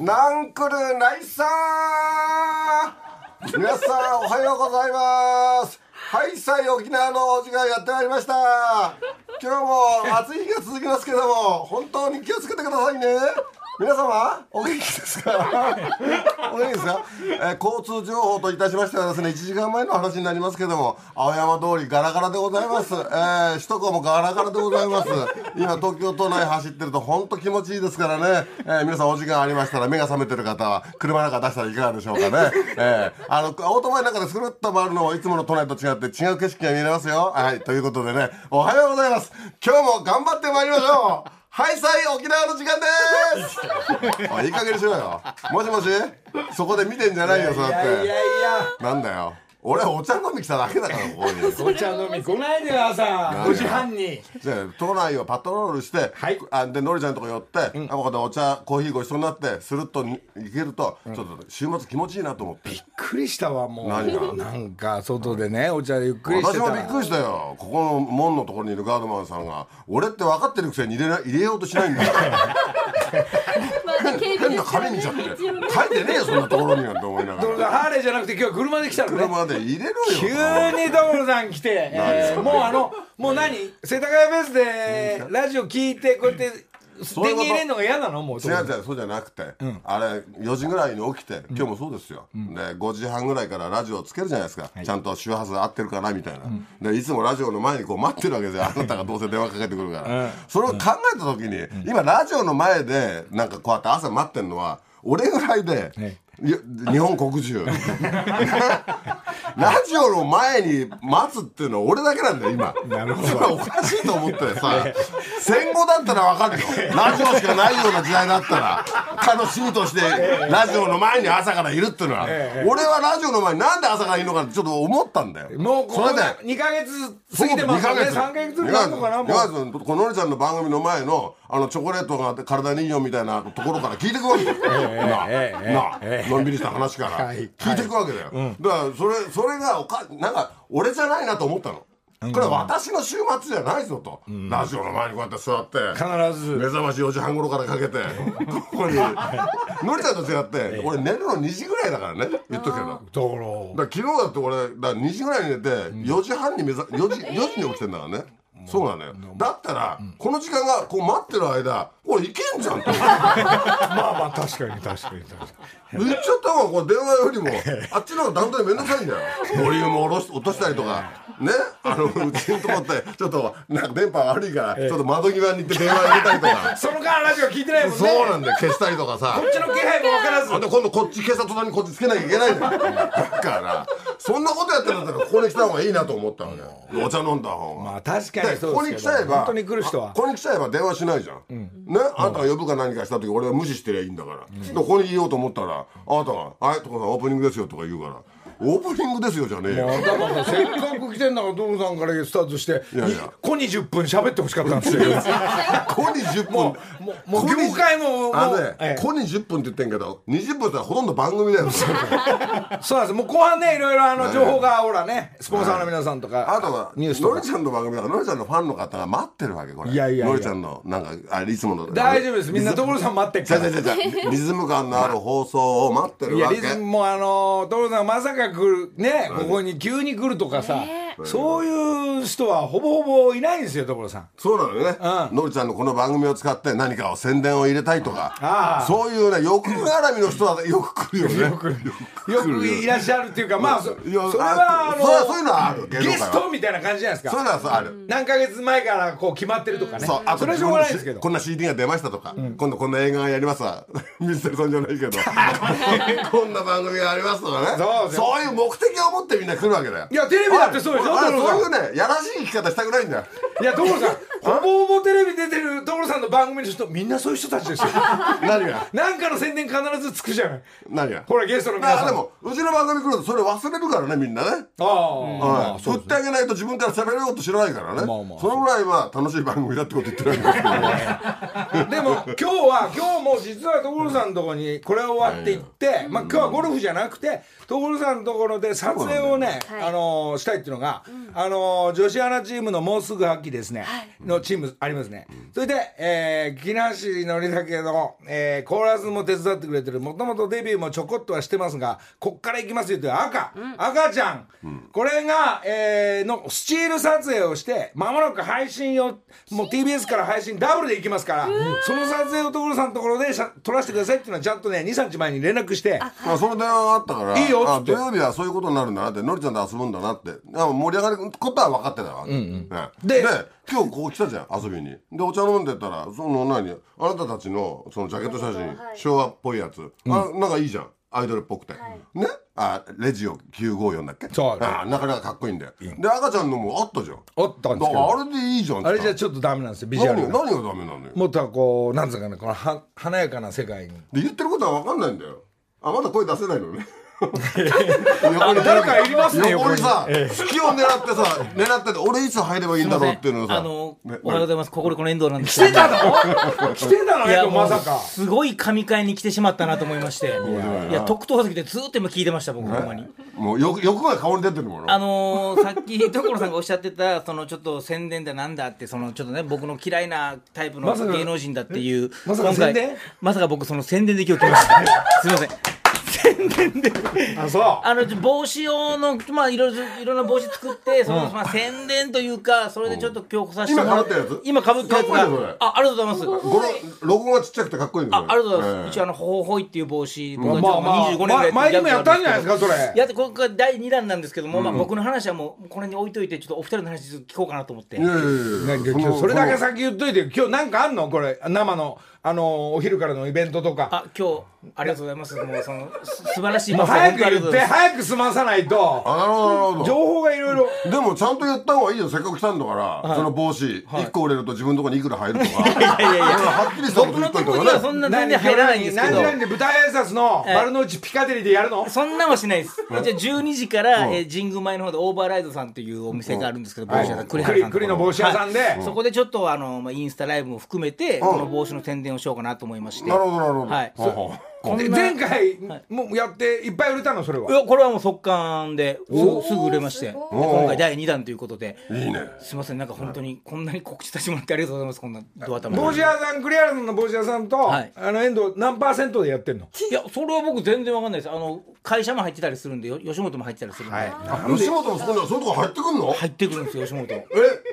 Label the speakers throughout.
Speaker 1: ナンクルナイスさん皆さんおはようございますはいさい沖縄のお時間やってまいりました今日も暑い日が続きますけども本当に気をつけてくださいね皆様お元気ですかお元気ですか、えー交通情報といたしましてはですね1時間前の話になりますけども青山通りガラガラでございます、えー首都高もガラガラでござい ます今東京都内走ってると本当気持ちいいですからね、えー皆さんお時間ありましたら目が覚めてる方は車なんか出したらいかがでしょうかね、えーあのオートバイなんかですくるっと回るのもいつもの都内と違って違う景色が見えますよはいということでねおはようございます今日も頑張ってまいりましょうはいさい沖縄の時間ですおいいい加減にしろよもしもしそこで見てんじゃないよそうやってなんだよ俺はお茶飲み来ただけだからここに
Speaker 2: お茶飲み来ないでよ朝5時半に
Speaker 1: じゃあ都内をパトロールして、
Speaker 2: はい
Speaker 1: あでのりちゃんのとこ寄って、あここでお茶コーヒーご一緒になってスルッとに行けると、ちょっと週末気持ちいいなと思って
Speaker 2: びっくりしたわもう
Speaker 1: 何が
Speaker 2: なんか外でねお茶でゆっくりして
Speaker 1: 私
Speaker 2: た
Speaker 1: もびっくりしたよここの門のところにいるガードマンさんが俺って分かってるくせに入れな入れようとしないん だよ
Speaker 3: まあね、警備
Speaker 1: 変
Speaker 3: で
Speaker 1: な
Speaker 3: すよ
Speaker 1: 紙に
Speaker 3: ね
Speaker 1: しちゃって書い
Speaker 3: 一応ね
Speaker 1: てねえよそんなところになんて思いなが
Speaker 2: ドルさ
Speaker 1: ら
Speaker 2: んハーレーじゃなくて今日は車で来たのね
Speaker 1: 車で入れろよ
Speaker 2: 急にドルさん来て、えーもうあのもう何世田谷ベースでラジオ聞いてこうやって
Speaker 1: ういうこと
Speaker 2: 電源入れんのが嫌なのもう
Speaker 1: 違う違うそうじゃなくて、あれ4時ぐらいに起きて今日もそうですよ、で5時半ぐらいからラジオつけるじゃないですか、ちゃんと周波数合ってるかなみたいな、でいつもラジオの前にこう待ってるわけですよあなたがどうせ電話かけてくるから、それを考えた時に、今ラジオの前でなんかこうやって朝待ってるのは俺ぐらいで、いや日本国中ラジオの前に待つっていうのは俺だけなんだよ今なるほど おかしいと思ってさ戦後だったらわかるよラジオしかないような時代だったら楽しみとしてラジオの前に朝からいるっていうのは俺はラジオの前になんで朝からいるのかってちょっと思ったんだよ
Speaker 2: もうこ
Speaker 1: そ
Speaker 2: れ
Speaker 1: れで
Speaker 2: 2ヶ月過ぎてますからね3ヶ月ぐらいあるのかなもう
Speaker 1: もうこのりちゃんの番組の前のあのチョコレートが体にいいよみたいなところから聞いてくわけだよ、なあ、なあのんびりした話から、聞いてくわけだよ、だからそれそれがおかなんか俺じゃないなと思ったのこれは私の週末じゃないぞと、ラジオの前にこうやって座って
Speaker 2: 必ず
Speaker 1: 目覚まし4時半頃からかけてこ こにのりちゃんと違って俺寝るの2時ぐらいだからね言っとくけど
Speaker 2: だから
Speaker 1: だから昨日だって俺だから2時ぐらいに寝て4時半に目覚4時4時に起きてんだからね、そうなのよだったら、この時間がこう待ってる間これいけんじゃんと言っちゃ
Speaker 2: まあまあ確かに確かに確かに
Speaker 1: った方がこれ電話よりもあっちの方が段取りめんどくさいん だよボリュームを落とし落としたりとかねあのうちのとこってちょっとなんか電波悪いからちょっと窓際に行って電話入れたりとか
Speaker 2: その間ラジオ聞いてないもんね
Speaker 1: そうなんだよ消したりとか さ
Speaker 2: こっちの気配も分からず
Speaker 1: あで今度こっち警察にこっちつけなきゃいけないんだよだからそんなことやってるんだったらここに来た方がいいなと思ったのねお茶飲んだ方が、
Speaker 2: まあ確か
Speaker 1: で
Speaker 2: にそ
Speaker 1: ここ
Speaker 2: う
Speaker 1: に
Speaker 2: で
Speaker 1: 来ち
Speaker 2: すけど
Speaker 1: ゃえば
Speaker 2: 本当に来る人
Speaker 1: あ
Speaker 2: は
Speaker 1: ここに来ちゃえば電話しないじゃん、ねあんたが呼ぶか何かした時俺は無視してりゃいいんだから、でここにいようと思ったらあなたが「はい」とか「オープニングですよ」とか言うから「オープニングですよ」じゃねえよ
Speaker 2: だからせっかく来てんだからドルさんからスタートして
Speaker 1: いやいや
Speaker 2: に「こ」に10分喋ってほしかったんですよ
Speaker 1: ここに10分
Speaker 2: もうもう業界ももう
Speaker 1: あのね、
Speaker 2: ええ
Speaker 1: ここに10分って言ってんけど20分ってほとんど番組だ よ
Speaker 2: そうなんですもう後半ねいろいろあの
Speaker 1: い
Speaker 2: 情報がほらねスポンサーの皆さんとか
Speaker 1: あとは、
Speaker 2: ニュース
Speaker 1: の
Speaker 2: と
Speaker 1: り
Speaker 2: か
Speaker 1: ちゃんの番組だから、のりちゃんのファンの方が待ってるわけ、これ。
Speaker 2: いやいやいや
Speaker 1: のりちゃんの、なんか、あれ、いつもの。
Speaker 2: 大丈夫ですみんな所さん待ってっ
Speaker 1: じ
Speaker 2: か
Speaker 1: ゃじ
Speaker 2: ら
Speaker 1: ゃじゃじゃ、 リズム感のある放送を待ってる
Speaker 2: いや
Speaker 1: わけ。
Speaker 2: リズムもあの所さんまさか来るねここに急に来るとかさそういう人はほぼほぼいないんですよ所さん
Speaker 1: そうなのよね、
Speaker 2: う
Speaker 1: のりちゃんのこの番組を使って何かを宣伝を入れたいとか
Speaker 2: あ、ー
Speaker 1: そういうね、欲絡みの人はよく来るよね。よく
Speaker 2: よくいらっしゃるっていうかまあそそ
Speaker 1: い
Speaker 2: れ
Speaker 1: や
Speaker 2: はあ
Speaker 1: そうそういうの
Speaker 2: の
Speaker 1: はある、芸能
Speaker 2: ゲ
Speaker 1: 界は
Speaker 2: ストみたいな感じじゃないです
Speaker 1: そうい
Speaker 2: か
Speaker 1: うのはそうある。
Speaker 2: 何ヶ月前からこう決まってるとかね
Speaker 1: そう、あと
Speaker 2: それはしょうがないですけど
Speaker 1: こんな CD が出ましたとか、今度こんな映画がやりますわ ミステルソンじゃない けどこんな番組がありますとかね
Speaker 2: そうそう
Speaker 1: いう目的を持ってみんな来るわけだよ
Speaker 2: いやテレビだってそうでしょ
Speaker 1: 俺俺
Speaker 2: 所さん
Speaker 1: そういうねやらしい生き方したくないんだよ
Speaker 2: いや所さんほぼほぼテレビ出てる所さんの番組の人みんなそういう人たちですよ
Speaker 1: 何が
Speaker 2: なんかの宣伝必ずつくじゃない
Speaker 1: 何が
Speaker 2: ほらゲストの皆
Speaker 1: あ
Speaker 2: さん
Speaker 1: でもうちの番組来るとそれ忘れるからねみんなね
Speaker 2: ああ、ま
Speaker 1: は
Speaker 2: あ
Speaker 1: い、
Speaker 2: そう
Speaker 1: 振ってあげないと自分から喋れようと知らないからね、
Speaker 2: まあまあ
Speaker 1: そのぐらいは楽しい番組だってこと言ってるわけです けど
Speaker 2: でも今日は今日も実は所さんのとこにこれ終わっていって、まあ、今日はゴルフじゃなくて所さんのところで撮影をね、
Speaker 3: はい
Speaker 2: あのーしたいっていうのが、は、あのー女子アナチームのもうすぐ発揮ですね、のチームありますね。それで、えー、木梨憲武の、えーコーラスも手伝ってくれてる、もともとデビューもちょこっとはしてますが、こっから行きますよという赤、赤ちゃん、これが、えーのスチール撮影をして、まもなく配信を、もう TBS から配信ダブルで行きますから、その撮影を所さんのところで写撮らせてくださいっていうのはちゃんとね、2、3日前に連絡して、
Speaker 1: まあ、その電話があったから、
Speaker 2: いいよっつ
Speaker 1: あ
Speaker 2: って
Speaker 1: 土曜日はそういうことになるんだなって、のりちゃんと遊ぶんだなって、あ盛り上がることは分かってたわけ、ね
Speaker 2: で
Speaker 1: で今日ここ来たじゃん、遊びに。で、お茶飲んでたら、その何、あなたたちのそのジャケット写真、昭和っぽいやつ、あなんかいいじゃん、アイドルっぽくて。ねあ、レジオ954だっけ
Speaker 2: そう
Speaker 1: あなかなかかっこいいんだよ。で、赤ちゃんのもあったじゃん。
Speaker 2: おったんで
Speaker 1: だか
Speaker 2: すけ
Speaker 1: ら
Speaker 2: ど、
Speaker 1: あれでいいじゃんっつった
Speaker 2: あれじゃちょっとダメなんですよ、ビジュアル
Speaker 1: 何
Speaker 2: が。
Speaker 1: 何がダメなのよ。
Speaker 2: もっとはこう、なんつうかね、このは華やかな世界に。
Speaker 1: で言ってることは分かんないんだよあまだ声出せないの ね
Speaker 2: あ
Speaker 1: 横に
Speaker 2: 誰かいりますね
Speaker 1: 横にさ
Speaker 2: 横
Speaker 1: 隙を狙ってさ狙ってて俺いつ入ればいいんだろうっていうのをさ
Speaker 4: あの
Speaker 1: ね
Speaker 4: おはようございます心この遠藤なんです
Speaker 2: 来てたの 来てたの
Speaker 4: いや
Speaker 2: ね、
Speaker 4: も
Speaker 2: ま
Speaker 4: う
Speaker 2: さか。
Speaker 4: すごい神会に来てしまったなと思いましていや特等席でずっと今聞いてました僕ほんまに
Speaker 1: もう欲欲が顔に出てるもの
Speaker 4: あのー、さっき所さんがおっしゃってたそのちょっと宣伝だなんだってそのちょっとね僕の嫌いなタイプの
Speaker 2: まさか
Speaker 4: 芸能人だっていう
Speaker 2: まさか宣伝
Speaker 4: 今回まさか僕その宣伝で今日来ました すいません
Speaker 2: あ、そ
Speaker 4: あのちょ帽子用のまあいろいろいろんな帽子作ってその、まあ宣伝というかそれでちょっと今日来させてもらって
Speaker 1: 今
Speaker 4: 今
Speaker 1: 被
Speaker 4: か
Speaker 1: っ
Speaker 4: ぶ
Speaker 1: たやつ
Speaker 4: ってるやつ
Speaker 1: かっこいいねそれ
Speaker 4: があありがとうございます
Speaker 1: このロゴがちっちゃくてかっこいいんだ
Speaker 4: あ
Speaker 1: よ
Speaker 4: ありがとうございます、
Speaker 1: ええ
Speaker 4: 一応あのほうほいっていう帽子
Speaker 2: う。
Speaker 4: 僕
Speaker 2: ま
Speaker 4: は
Speaker 2: あ
Speaker 4: ちょっと
Speaker 2: まあ、
Speaker 4: 25年ぐらい
Speaker 2: ま前にもやったんじゃないですか、それ。
Speaker 4: やってここが第2弾なんですけども、まあ、僕の話はもうこの辺に置いといてちょっとお二人の話聞こうかなと思って、
Speaker 1: いやいや
Speaker 2: 何
Speaker 1: いや
Speaker 2: か
Speaker 1: いや
Speaker 2: 今日それだけ
Speaker 1: さ
Speaker 2: 先言っといて今日なんかあんのこれ生のあのお昼からのイベントとか
Speaker 4: あ今日ありがとうございますもうそのす素晴らしい
Speaker 2: もう
Speaker 4: パスを
Speaker 2: 早
Speaker 4: 本
Speaker 2: く
Speaker 4: 当にあり
Speaker 2: 言
Speaker 4: がと
Speaker 2: っ
Speaker 4: うご
Speaker 2: て
Speaker 4: ざいます
Speaker 2: 早く済まさないと
Speaker 1: あなるほどなるほ
Speaker 2: 情
Speaker 1: ど
Speaker 2: 報がいろいろ
Speaker 1: でもちゃんと言った方がいいよせっかく来たんだから、その帽子、一1個売れると自分のとこにいくら入るとか
Speaker 4: いやいやいや
Speaker 1: はっきりしたこと
Speaker 4: 僕
Speaker 1: 言
Speaker 4: の
Speaker 1: っと
Speaker 4: と
Speaker 1: いた
Speaker 4: こ
Speaker 1: 方
Speaker 4: には
Speaker 1: が
Speaker 4: そ
Speaker 1: ね
Speaker 4: んな全然入らないんですけ
Speaker 2: 何
Speaker 4: ど
Speaker 2: 時何時で舞台挨拶の
Speaker 4: ええ
Speaker 2: 丸の内ピカデリーでやるの
Speaker 4: そんなんはしないですじゃあ12時から、えー神宮前の方でオーバーライドさんっていうお店があるんですけど、帽子屋さん栗原さんとこ
Speaker 2: 栗の帽子屋さんで
Speaker 4: はいそこでちょっとあの、まあ、インスタライブも含めて、この帽子の宣伝をしようかなと思いまして
Speaker 1: なるほどなるほど、
Speaker 4: はい
Speaker 1: はあはあ
Speaker 4: こんな
Speaker 2: で前回もうやっていっぱい売れたのそれ
Speaker 4: い
Speaker 2: は
Speaker 4: やこれはもう速乾です
Speaker 3: おー
Speaker 4: すぐ売れまし
Speaker 3: す
Speaker 4: てで
Speaker 3: ご
Speaker 1: い
Speaker 4: 今回第2弾ということで
Speaker 1: いいね
Speaker 4: すいませんなんか本当にこんなに告知させてもらってありがとうございますこんなド
Speaker 2: 帽
Speaker 4: ア頭
Speaker 2: 子
Speaker 4: で
Speaker 2: 屋さん栗原さんの帽子屋さんと
Speaker 4: は
Speaker 2: あ
Speaker 4: い
Speaker 2: の遠藤何パーセントでやってんの
Speaker 4: いやそれは僕全然わかんないですあの会社も入ってたりするんでよ吉本も入ってたりするんで、
Speaker 1: 吉本もそこにはそういうとこ入ってくんの
Speaker 4: 入ってくるんですよ吉本
Speaker 1: え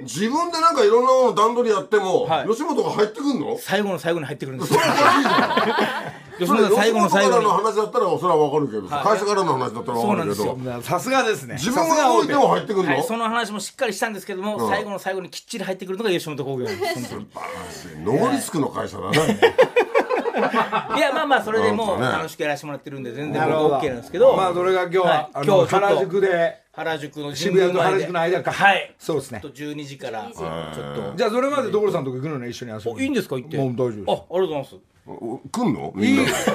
Speaker 1: 自分でなんかいろんなもの段取りやっても、
Speaker 4: はい
Speaker 1: 吉本が入ってくんの
Speaker 4: 最後の最後に入ってくるんです
Speaker 1: そ
Speaker 4: よ
Speaker 1: れおかしいじゃん
Speaker 4: 吉本の最後の最
Speaker 1: 吉
Speaker 4: 後に
Speaker 1: 本からの話だったらそれはわかるけど、会社からの話だったらわかるけ
Speaker 4: そう
Speaker 1: ど
Speaker 2: さすがですね
Speaker 1: 自分が動いても入ってくんの、
Speaker 4: はい、その話もしっかりしたんですけども、
Speaker 1: ん
Speaker 4: 最後の最後にきっちり入ってくるのが吉本興業なんです本
Speaker 1: バランスいいノーリスクの会社だね、
Speaker 4: 当にいやまあまあそれでも
Speaker 1: な
Speaker 4: う
Speaker 1: んかね
Speaker 4: 楽しくやらせてもらってるんで全然
Speaker 2: なる
Speaker 4: 僕
Speaker 2: ほど
Speaker 4: OK なんですけど
Speaker 2: まあそれが今日は
Speaker 4: はい
Speaker 2: あ
Speaker 4: 今日ちょ
Speaker 2: の
Speaker 4: っと
Speaker 2: 原宿で
Speaker 4: 原宿の
Speaker 2: 渋谷と原宿の間か
Speaker 4: はい
Speaker 2: そうですね
Speaker 4: ちょっと12時からちょっ
Speaker 2: じゃあそれまで所さんとこ行くのね一緒に遊び
Speaker 4: といいんですか行って
Speaker 2: もう大丈夫です
Speaker 4: あありがとうござい
Speaker 1: お来んのみんなで
Speaker 4: ます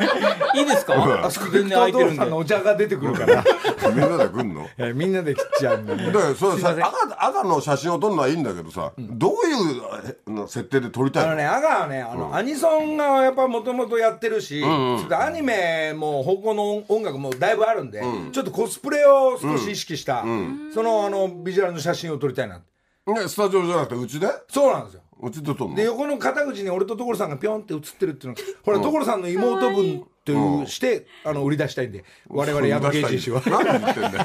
Speaker 4: いいですか
Speaker 2: あそこ行く
Speaker 4: 全然空いて
Speaker 2: と
Speaker 4: る
Speaker 2: 所
Speaker 4: ん
Speaker 2: さ
Speaker 4: で
Speaker 2: んのお茶が出てくる から
Speaker 1: みんなで来んの
Speaker 2: えみんなで切っちゃうんだね
Speaker 1: だからそれさ赤赤の写真を撮るのはいいんだけどさ、どういうえの設定で撮りた
Speaker 2: あ
Speaker 1: いの
Speaker 2: のねアガはねあの、アニソンがやっぱもともとやってるし、ちょっとアニメも方向の音楽もだいぶあるんで、ちょっとコスプレを少し意識した、そのあのビジュアルの写真を撮りたいな
Speaker 1: ねスタジオじゃなくてうちで
Speaker 2: そうなんですよ
Speaker 1: うちで撮るの
Speaker 2: で横の肩口に俺と所さんがピョンって写ってるっていうのがほら、所さんの妹分というして、あの売り出したいんで我々ヤブ芸人氏は
Speaker 1: 何言ってんだ よ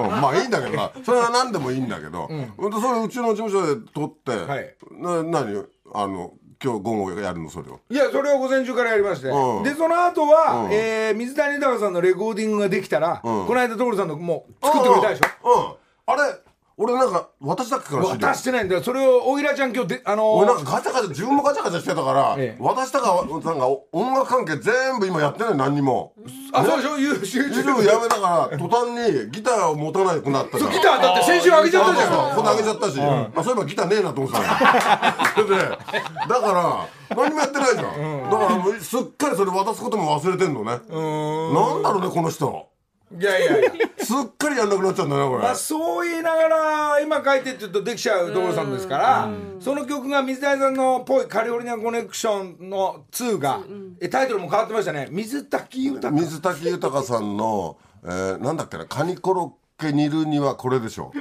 Speaker 1: うんまあいいんだけどなそれは何でもいいんだけど、ほんでそれうちの事務所で撮って、
Speaker 2: はい
Speaker 1: な何あの今日午後やるのそれを
Speaker 2: いやそれを午前中からやりまして、
Speaker 1: うん
Speaker 2: でその後は、えー水谷豊さんのレコーディングができたら、この間所さんのもう作ってくれたでしょ
Speaker 1: ょうんあれ俺なんか私だっけから知り合
Speaker 2: 渡してないんだよそれをおいらちゃん今日であのー
Speaker 1: 俺なんかガチャガチャ自分もガチャガチャしてたから、
Speaker 2: ええ
Speaker 1: 私だからなんか音楽関係全部今やってない何にも
Speaker 2: あそうでしょ優秀
Speaker 1: 一部やめながら途端にギターを持たなくなったじゃん
Speaker 2: ギターだって先週あげちゃったじゃん
Speaker 1: こんなあげちゃったし、あそういえばギターねえなと思ってたのそれでだから何もやってないじゃん、だからもうすっかりそれ渡すことも忘れてんのねなんだろうねこの人
Speaker 2: いやいやいや
Speaker 1: すっかりやんなくなっちゃうんだねこれ、
Speaker 2: まあそう言いながら今書いてって言うとできちゃう所さんですからその曲が水谷さんのぽいカリフォルニアコネクションの2がえタイトルも変わってましたね水滝豊
Speaker 1: 水滝豊さんの、えーなんだっけなカニコロッケ煮るにはこれで しょう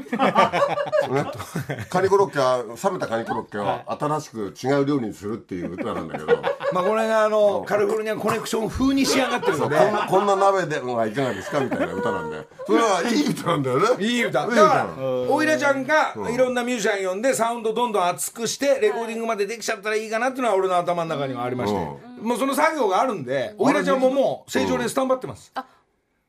Speaker 1: ねカニコロッケは冷めたカニコロッケを新しく違う料理にするっていう歌なんだけど
Speaker 2: まあこれ があのカリフォルニアコネクション風に仕上がってる
Speaker 1: そ
Speaker 2: の
Speaker 1: う
Speaker 2: で
Speaker 1: こんなこんな鍋ではいかがですかみたいな歌なんでそれはいい歌なんだよね
Speaker 2: いい
Speaker 1: い
Speaker 2: 歌
Speaker 1: い
Speaker 2: だ
Speaker 1: 歌
Speaker 2: からおいらちゃんがいろんなミュージシャン呼んでサウンドどんどん厚くしてレコーディングまでできちゃったらいいかなっていうのは俺の頭の中にはありましてもうその作業があるんでおいらちゃんももう正常にスタンバってます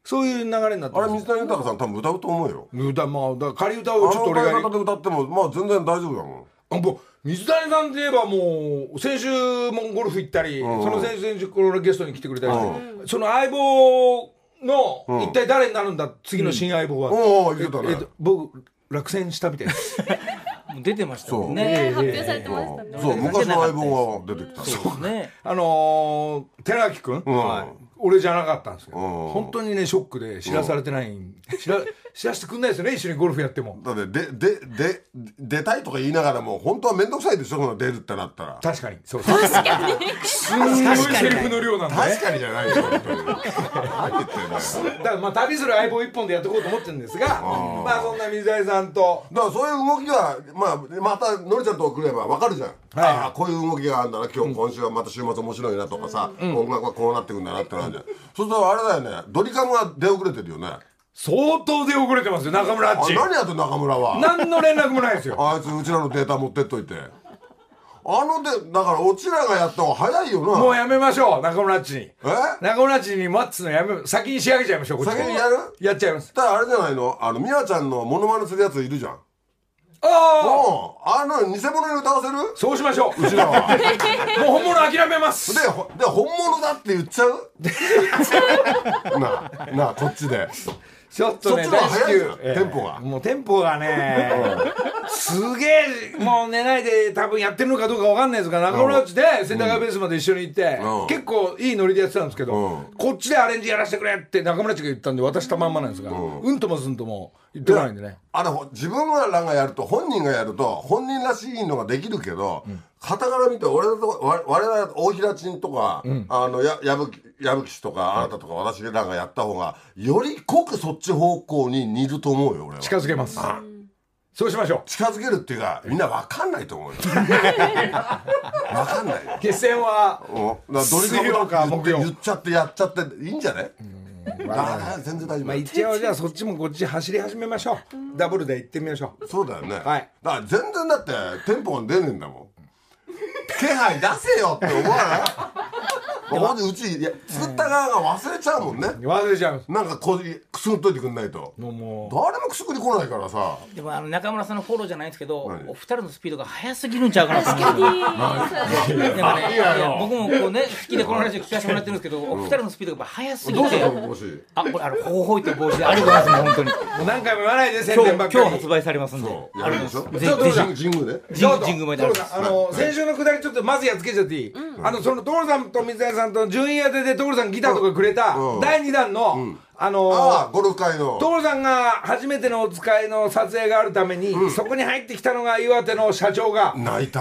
Speaker 2: そういう流れになって
Speaker 1: あ
Speaker 2: ま
Speaker 1: れ
Speaker 2: す
Speaker 1: 水谷豊さん多分歌うと思うよ
Speaker 2: 歌まあだから仮歌
Speaker 1: あ
Speaker 2: をちょ
Speaker 1: の
Speaker 2: っと俺
Speaker 1: 歌
Speaker 2: が
Speaker 1: い方で歌ってもまあ全然大丈夫だもん
Speaker 2: あもう水谷さんといえばもう先週もゴルフ行ったり、その先々週このゲストに来てくれたりして、その相棒の一体誰になるんだ、次の新相棒は、
Speaker 1: おお言ってた
Speaker 2: え
Speaker 1: ね
Speaker 2: っと僕落選したみたいです
Speaker 4: もう出てましたもん
Speaker 3: え
Speaker 4: ね
Speaker 3: ー発表されてましたね。
Speaker 1: そう昔の相棒が出てきた
Speaker 4: そうですね
Speaker 2: あのー、寺脇君、
Speaker 1: ん
Speaker 2: はい俺じゃなかったんですよ、
Speaker 1: ん
Speaker 2: 本当にねショックで知らされてない、知ら知らせてくんないですよね一緒にゴルフやっても
Speaker 1: だってででで出たいとか言いながらも本当は面倒くさいでしょこの出るってなったら
Speaker 2: 確かにそう確かにすんごいセリフの量なんだね
Speaker 1: 確かにじゃないよ本当に 何言ってんだよ
Speaker 2: だからまあ旅する相棒一本でやっていこうと思ってるんですがまあそんな水谷さんと
Speaker 1: だからそういう動きが、まあ、またのりちゃんと送れば分かるじゃん、
Speaker 2: い
Speaker 1: ああこういう動きがあるんだな今日、今週はまた週末面白いなとかさ、音楽はこうなってくんだなってなるじゃんそうするとあれだよねドリカムが出遅れてるよねあ
Speaker 2: 相当出遅れてますよ中村あっち
Speaker 1: 何やってんの中村は
Speaker 2: 何の連絡もないですよ
Speaker 1: あいつうちらのデータ持ってっといてあのでだからうちらがやった方が早いよな
Speaker 2: もうやめましょう中村あっちに
Speaker 1: え
Speaker 2: 中村あっちにマッツのやめ先に仕上げちゃいましょうこっち
Speaker 1: 先にやる
Speaker 2: やっちゃいます
Speaker 1: ただあれじゃないのあの美和ちゃんのモノマネするやついるじゃんうん
Speaker 2: ああ
Speaker 1: あの偽物に歌わせる
Speaker 2: そうしましょう
Speaker 1: うちらはで
Speaker 2: もう本物諦めます
Speaker 1: ほで本物だって言っちゃ うなあなあこっちで
Speaker 2: ちょっとね
Speaker 1: そっちの方が早いよ
Speaker 2: 大至急ええ
Speaker 1: テンポが
Speaker 2: もうテンポがねすげえもう寝ないで多分やってるのかどうかわかんないですが中村内で千駄ヶ谷ベースまで一緒に行って、
Speaker 1: うん
Speaker 2: 結構いいノリでやってたんですけど、
Speaker 1: うん
Speaker 2: こっちでアレンジやらせてくれって中村内が言ったんで渡したまんまなんですが、うん、ともすんとも言ってこないんでね
Speaker 1: あれほ自分らがやると本人がやると本人らしいのができるけど傍から見て俺だと我我々大平ちんとか、あのや矢吹矢吹氏とかあなたとか私らがやった方がより濃くそっち方向に似ると思うよ俺は
Speaker 2: 近づけます、そうしましょ
Speaker 1: 近づけるっていうかみんな分かんないと 思うよ分かんないよ
Speaker 2: う決戦は
Speaker 1: うんだからドリカムとか言っ
Speaker 2: 水
Speaker 1: て
Speaker 2: 曜か木曜
Speaker 1: 言っちゃってやっちゃっていいんじゃないああ全然大丈夫
Speaker 2: まあ一応じゃあそっちもこっち走り始めましょうダブルで行ってみましょう
Speaker 1: そうだよね、
Speaker 2: はい
Speaker 1: だから全然だってテンポが出ねえんだもん気配出せよって思わないまあほんでうちいや作った側が忘れちゃうもんね
Speaker 2: 忘れちゃいます
Speaker 1: なんかこうくすぐっといてくんないと
Speaker 2: もうもう
Speaker 1: 誰もくすぐり来ないからさ
Speaker 4: でもあの中村さんのフォローじゃないんですけど
Speaker 1: 何
Speaker 4: お二人のスピードが速すぎるんちゃうかなと思う
Speaker 3: 確かに。
Speaker 4: なんかねいや僕もこうね好きでこのラジオ聞かせてもらってるんですけどお二人のスピードがやっぱ速すぎ
Speaker 1: どう
Speaker 4: て
Speaker 1: したの帽子
Speaker 4: あこれあのほうほいって帽子でありがとうございますもう本
Speaker 2: もう何回も言わないで宣
Speaker 4: 当に
Speaker 2: 伝ば
Speaker 4: 今
Speaker 2: っ
Speaker 4: 日
Speaker 2: かり
Speaker 4: 今日発売されますんで
Speaker 1: そうやるでしょ
Speaker 4: ありがとうござい
Speaker 1: ちょ
Speaker 4: ま
Speaker 1: っと
Speaker 4: すぜひぜ
Speaker 1: 神神宮で
Speaker 4: ひ
Speaker 2: ちょっと
Speaker 4: 神宮まで
Speaker 2: そ
Speaker 4: あ
Speaker 2: う
Speaker 4: る
Speaker 2: だあの先週のくだりちょっとまずやっつけちゃっていい、あのその徹さんと水谷さんと順位当てで徹さんギターとかくれた
Speaker 1: うん
Speaker 2: 第2弾の、あの
Speaker 1: ああゴルフ会の
Speaker 2: 徹さんが初めてのお使いの撮影があるために、そこに入ってきたのが岩手の社長が
Speaker 1: 泣いた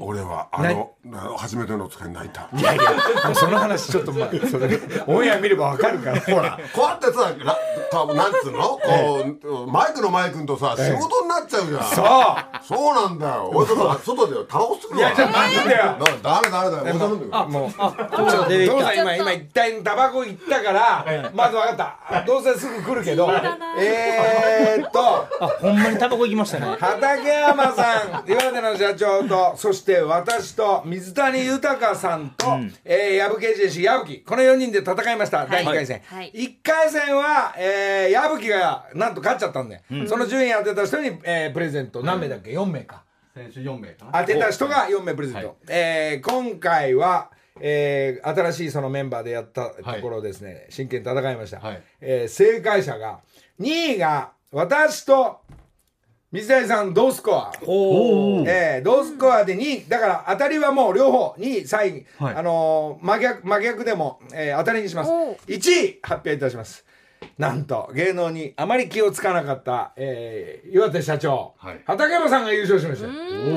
Speaker 1: 俺はあのあの初めてのお使いに泣いた
Speaker 2: いやいやもうその話ちょっとまあそれオンエア見ればわかるからほら
Speaker 1: こうやってさな多分なんつうのこうマイクのマイクんとさ仕事になっちゃうじゃん
Speaker 2: そ
Speaker 1: そうなんだよ。俺ちょっと外でタバコ吸ってく
Speaker 2: う
Speaker 1: る
Speaker 2: い
Speaker 1: わ。
Speaker 2: やじゃあ
Speaker 1: だ
Speaker 2: 待ってよ、
Speaker 1: ダメダメだよ。俺ダメだよ。
Speaker 2: あもう
Speaker 4: あちょっと出てき
Speaker 2: どう
Speaker 4: た
Speaker 2: せ今今一体タバコ行ったからまず分かったどうせすぐ来るけどえーっと
Speaker 4: あほんまにタバコ行きましたね
Speaker 2: 畠山さん 岩手の社長とそして私と水谷豊さんと、えー矢吹圭司矢吹この4人で戦いました、第2回戦、
Speaker 3: はい
Speaker 2: 1回戦は、えー矢吹がなんと勝っちゃったんで、その順位当てた人に、えープレゼント何名だっけ4名か
Speaker 5: 先週4名かな
Speaker 2: 当てた人が4名プレゼント、
Speaker 5: はい
Speaker 2: えー今回は、えー新しいそのメンバーでやったところですね、真剣に戦いました、
Speaker 5: はい
Speaker 2: えー正解者が2位が私と水谷さん同スコア
Speaker 4: おお
Speaker 2: えー、ロースコアで2位だから当たりはもう両方2位3位、
Speaker 5: はい
Speaker 2: あのー真逆真逆でも、えー当たりにします
Speaker 3: おう
Speaker 2: 1位発表いたしますなんと芸能にあまり気をつかなかった、えー岩手社長、
Speaker 5: はい
Speaker 2: 畠山さんが優勝しました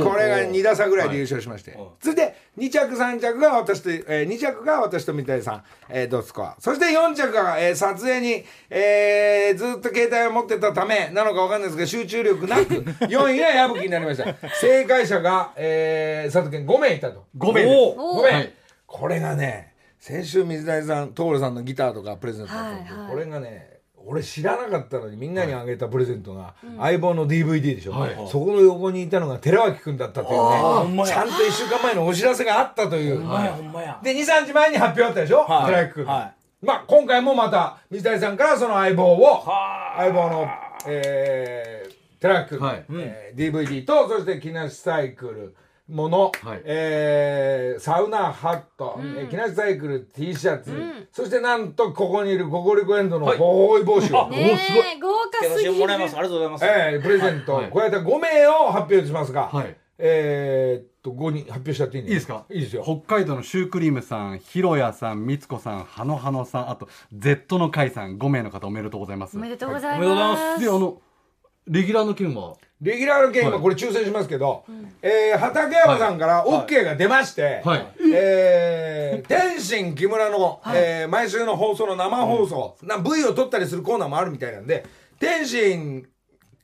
Speaker 2: これが2打差ぐらいで優勝しまして、それで2着3着が私と、えー、2着が私と三谷さん、えー、ドツコアそして4着が、えー撮影に、えーずっと携帯を持ってたためなのかわかんないですが集中力な く4位が矢吹になりました正解者が、えー、佐藤健5名いたと
Speaker 5: 5名です
Speaker 2: おー
Speaker 3: おー
Speaker 2: ごめん、
Speaker 5: はい
Speaker 2: これがね先週水谷さん徹さんのギターとかプレゼントだったんですけど、
Speaker 3: はいはい
Speaker 2: これがね俺知らなかったのにみんなにあげたプレゼントが相棒の DVD でしょ、
Speaker 5: はい
Speaker 2: そこの横にいたのが寺脇君だったというね
Speaker 4: あーほんまや
Speaker 2: ちゃんと1週間前のお知らせがあったという、
Speaker 4: ほんまやほんまや
Speaker 2: で23日前に発表あったでしょ、
Speaker 4: はい
Speaker 2: 寺脇君、
Speaker 4: は
Speaker 2: まあ、今回もまた水谷さんからその相棒を
Speaker 4: は
Speaker 2: 相棒の、えー、寺脇君、
Speaker 5: はい
Speaker 2: えー DVD とそして木梨サイクルもの、
Speaker 5: はい
Speaker 2: えーサウナハット、えー木梨サイクル T シャツ、そしてなんとここにいるゴゴリコエンドの
Speaker 5: はい
Speaker 2: ほほい帽子を、
Speaker 3: ねえ豪華すぎ
Speaker 4: 手
Speaker 3: る
Speaker 4: もらいますありがとうございます
Speaker 2: えープレゼント、
Speaker 5: はい
Speaker 2: こうやって5名を発表しますが、
Speaker 5: はい
Speaker 2: えーっと5人発表しちゃっていいん
Speaker 5: いいですか
Speaker 2: いいですよ
Speaker 5: 北海道のシュークリームさん、ひろやさん、みつこさん、はのはのさん、あと、Z の会さん、5名の方おめでとうございます。
Speaker 3: おめ
Speaker 5: で、
Speaker 3: でとうござい
Speaker 4: おめでとうござい
Speaker 3: ま
Speaker 4: ます
Speaker 5: あの、レギュラーの件は、
Speaker 2: レギュラーの件今
Speaker 5: はい
Speaker 2: これ抽選しますけど、えー畠山さんから OK が出まして、
Speaker 5: はい
Speaker 2: えー天心木村の、えー毎週の放送の生放送、な V を取ったりするコーナーもあるみたいなんで天心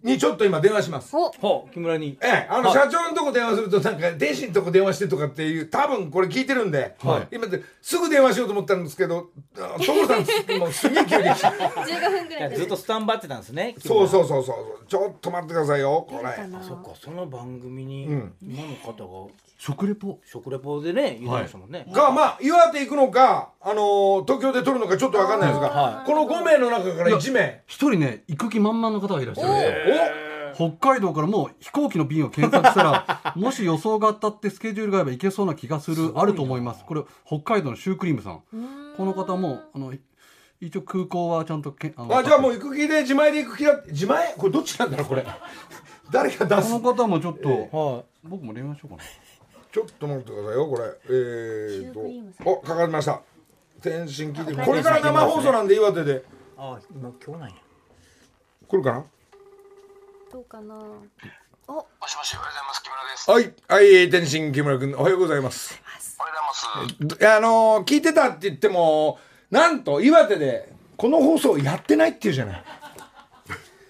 Speaker 2: にちょっと今電話します。
Speaker 3: お
Speaker 4: ほう木村に
Speaker 2: ええあの、
Speaker 4: はい
Speaker 2: 社長のとこ電話するとなんか天心のとこ電話してとかっていう多分これ聞いてるんで、
Speaker 5: はい
Speaker 2: 今ですぐ電話しようと思ったんですけどあ所さんもうすげえ急に来て
Speaker 3: 15分ぐらいで
Speaker 4: ずっとスタンバってたんですね
Speaker 2: そう
Speaker 4: う
Speaker 2: そうそうそうちょっと待ってくださいよこれ
Speaker 3: 出るかな
Speaker 4: そっかその番組に
Speaker 2: うん
Speaker 4: 今の方が
Speaker 5: 食レポ。
Speaker 4: 食レポでね言ってましたもんね
Speaker 2: が、まあ、岩手行くのか、あのー東京で取るのかちょっとわかんないですが、
Speaker 4: は
Speaker 2: この5名の中から1名。
Speaker 5: 一人ね、行く気満々の方がいらっしゃるんですよ。
Speaker 2: お
Speaker 5: 北海道からもう飛行機の便を検索した らもし予想が当たってスケジュールがあればいけそうな気がするあると思いますこれ北海道のシュークリームさんこの方もあのい一応空港はちゃんとけあの
Speaker 2: あ、じゃあもう行く気で自前で行く気だ、自前これどっちなんだろう、これ。 誰が出
Speaker 5: こ
Speaker 2: す
Speaker 5: の方もちょっと、
Speaker 4: は
Speaker 5: 僕も電話しようかな
Speaker 2: ちょっと待ってくださいよ、これ。えー
Speaker 3: シュークリームさ
Speaker 2: と、お、かかりました。天津聞いて
Speaker 3: あ
Speaker 2: これから生放送なんで、岩手で。
Speaker 4: いあ今今日なんや
Speaker 2: 来るかな
Speaker 3: どうかなお
Speaker 6: もしもし、おはようございます。木村です。おはよ
Speaker 2: はい、はい、天津木村君、おはようございます。
Speaker 6: うございます。
Speaker 2: あのー聞いてたって言っても、なんと岩手で、この放送やってないっていうじゃない。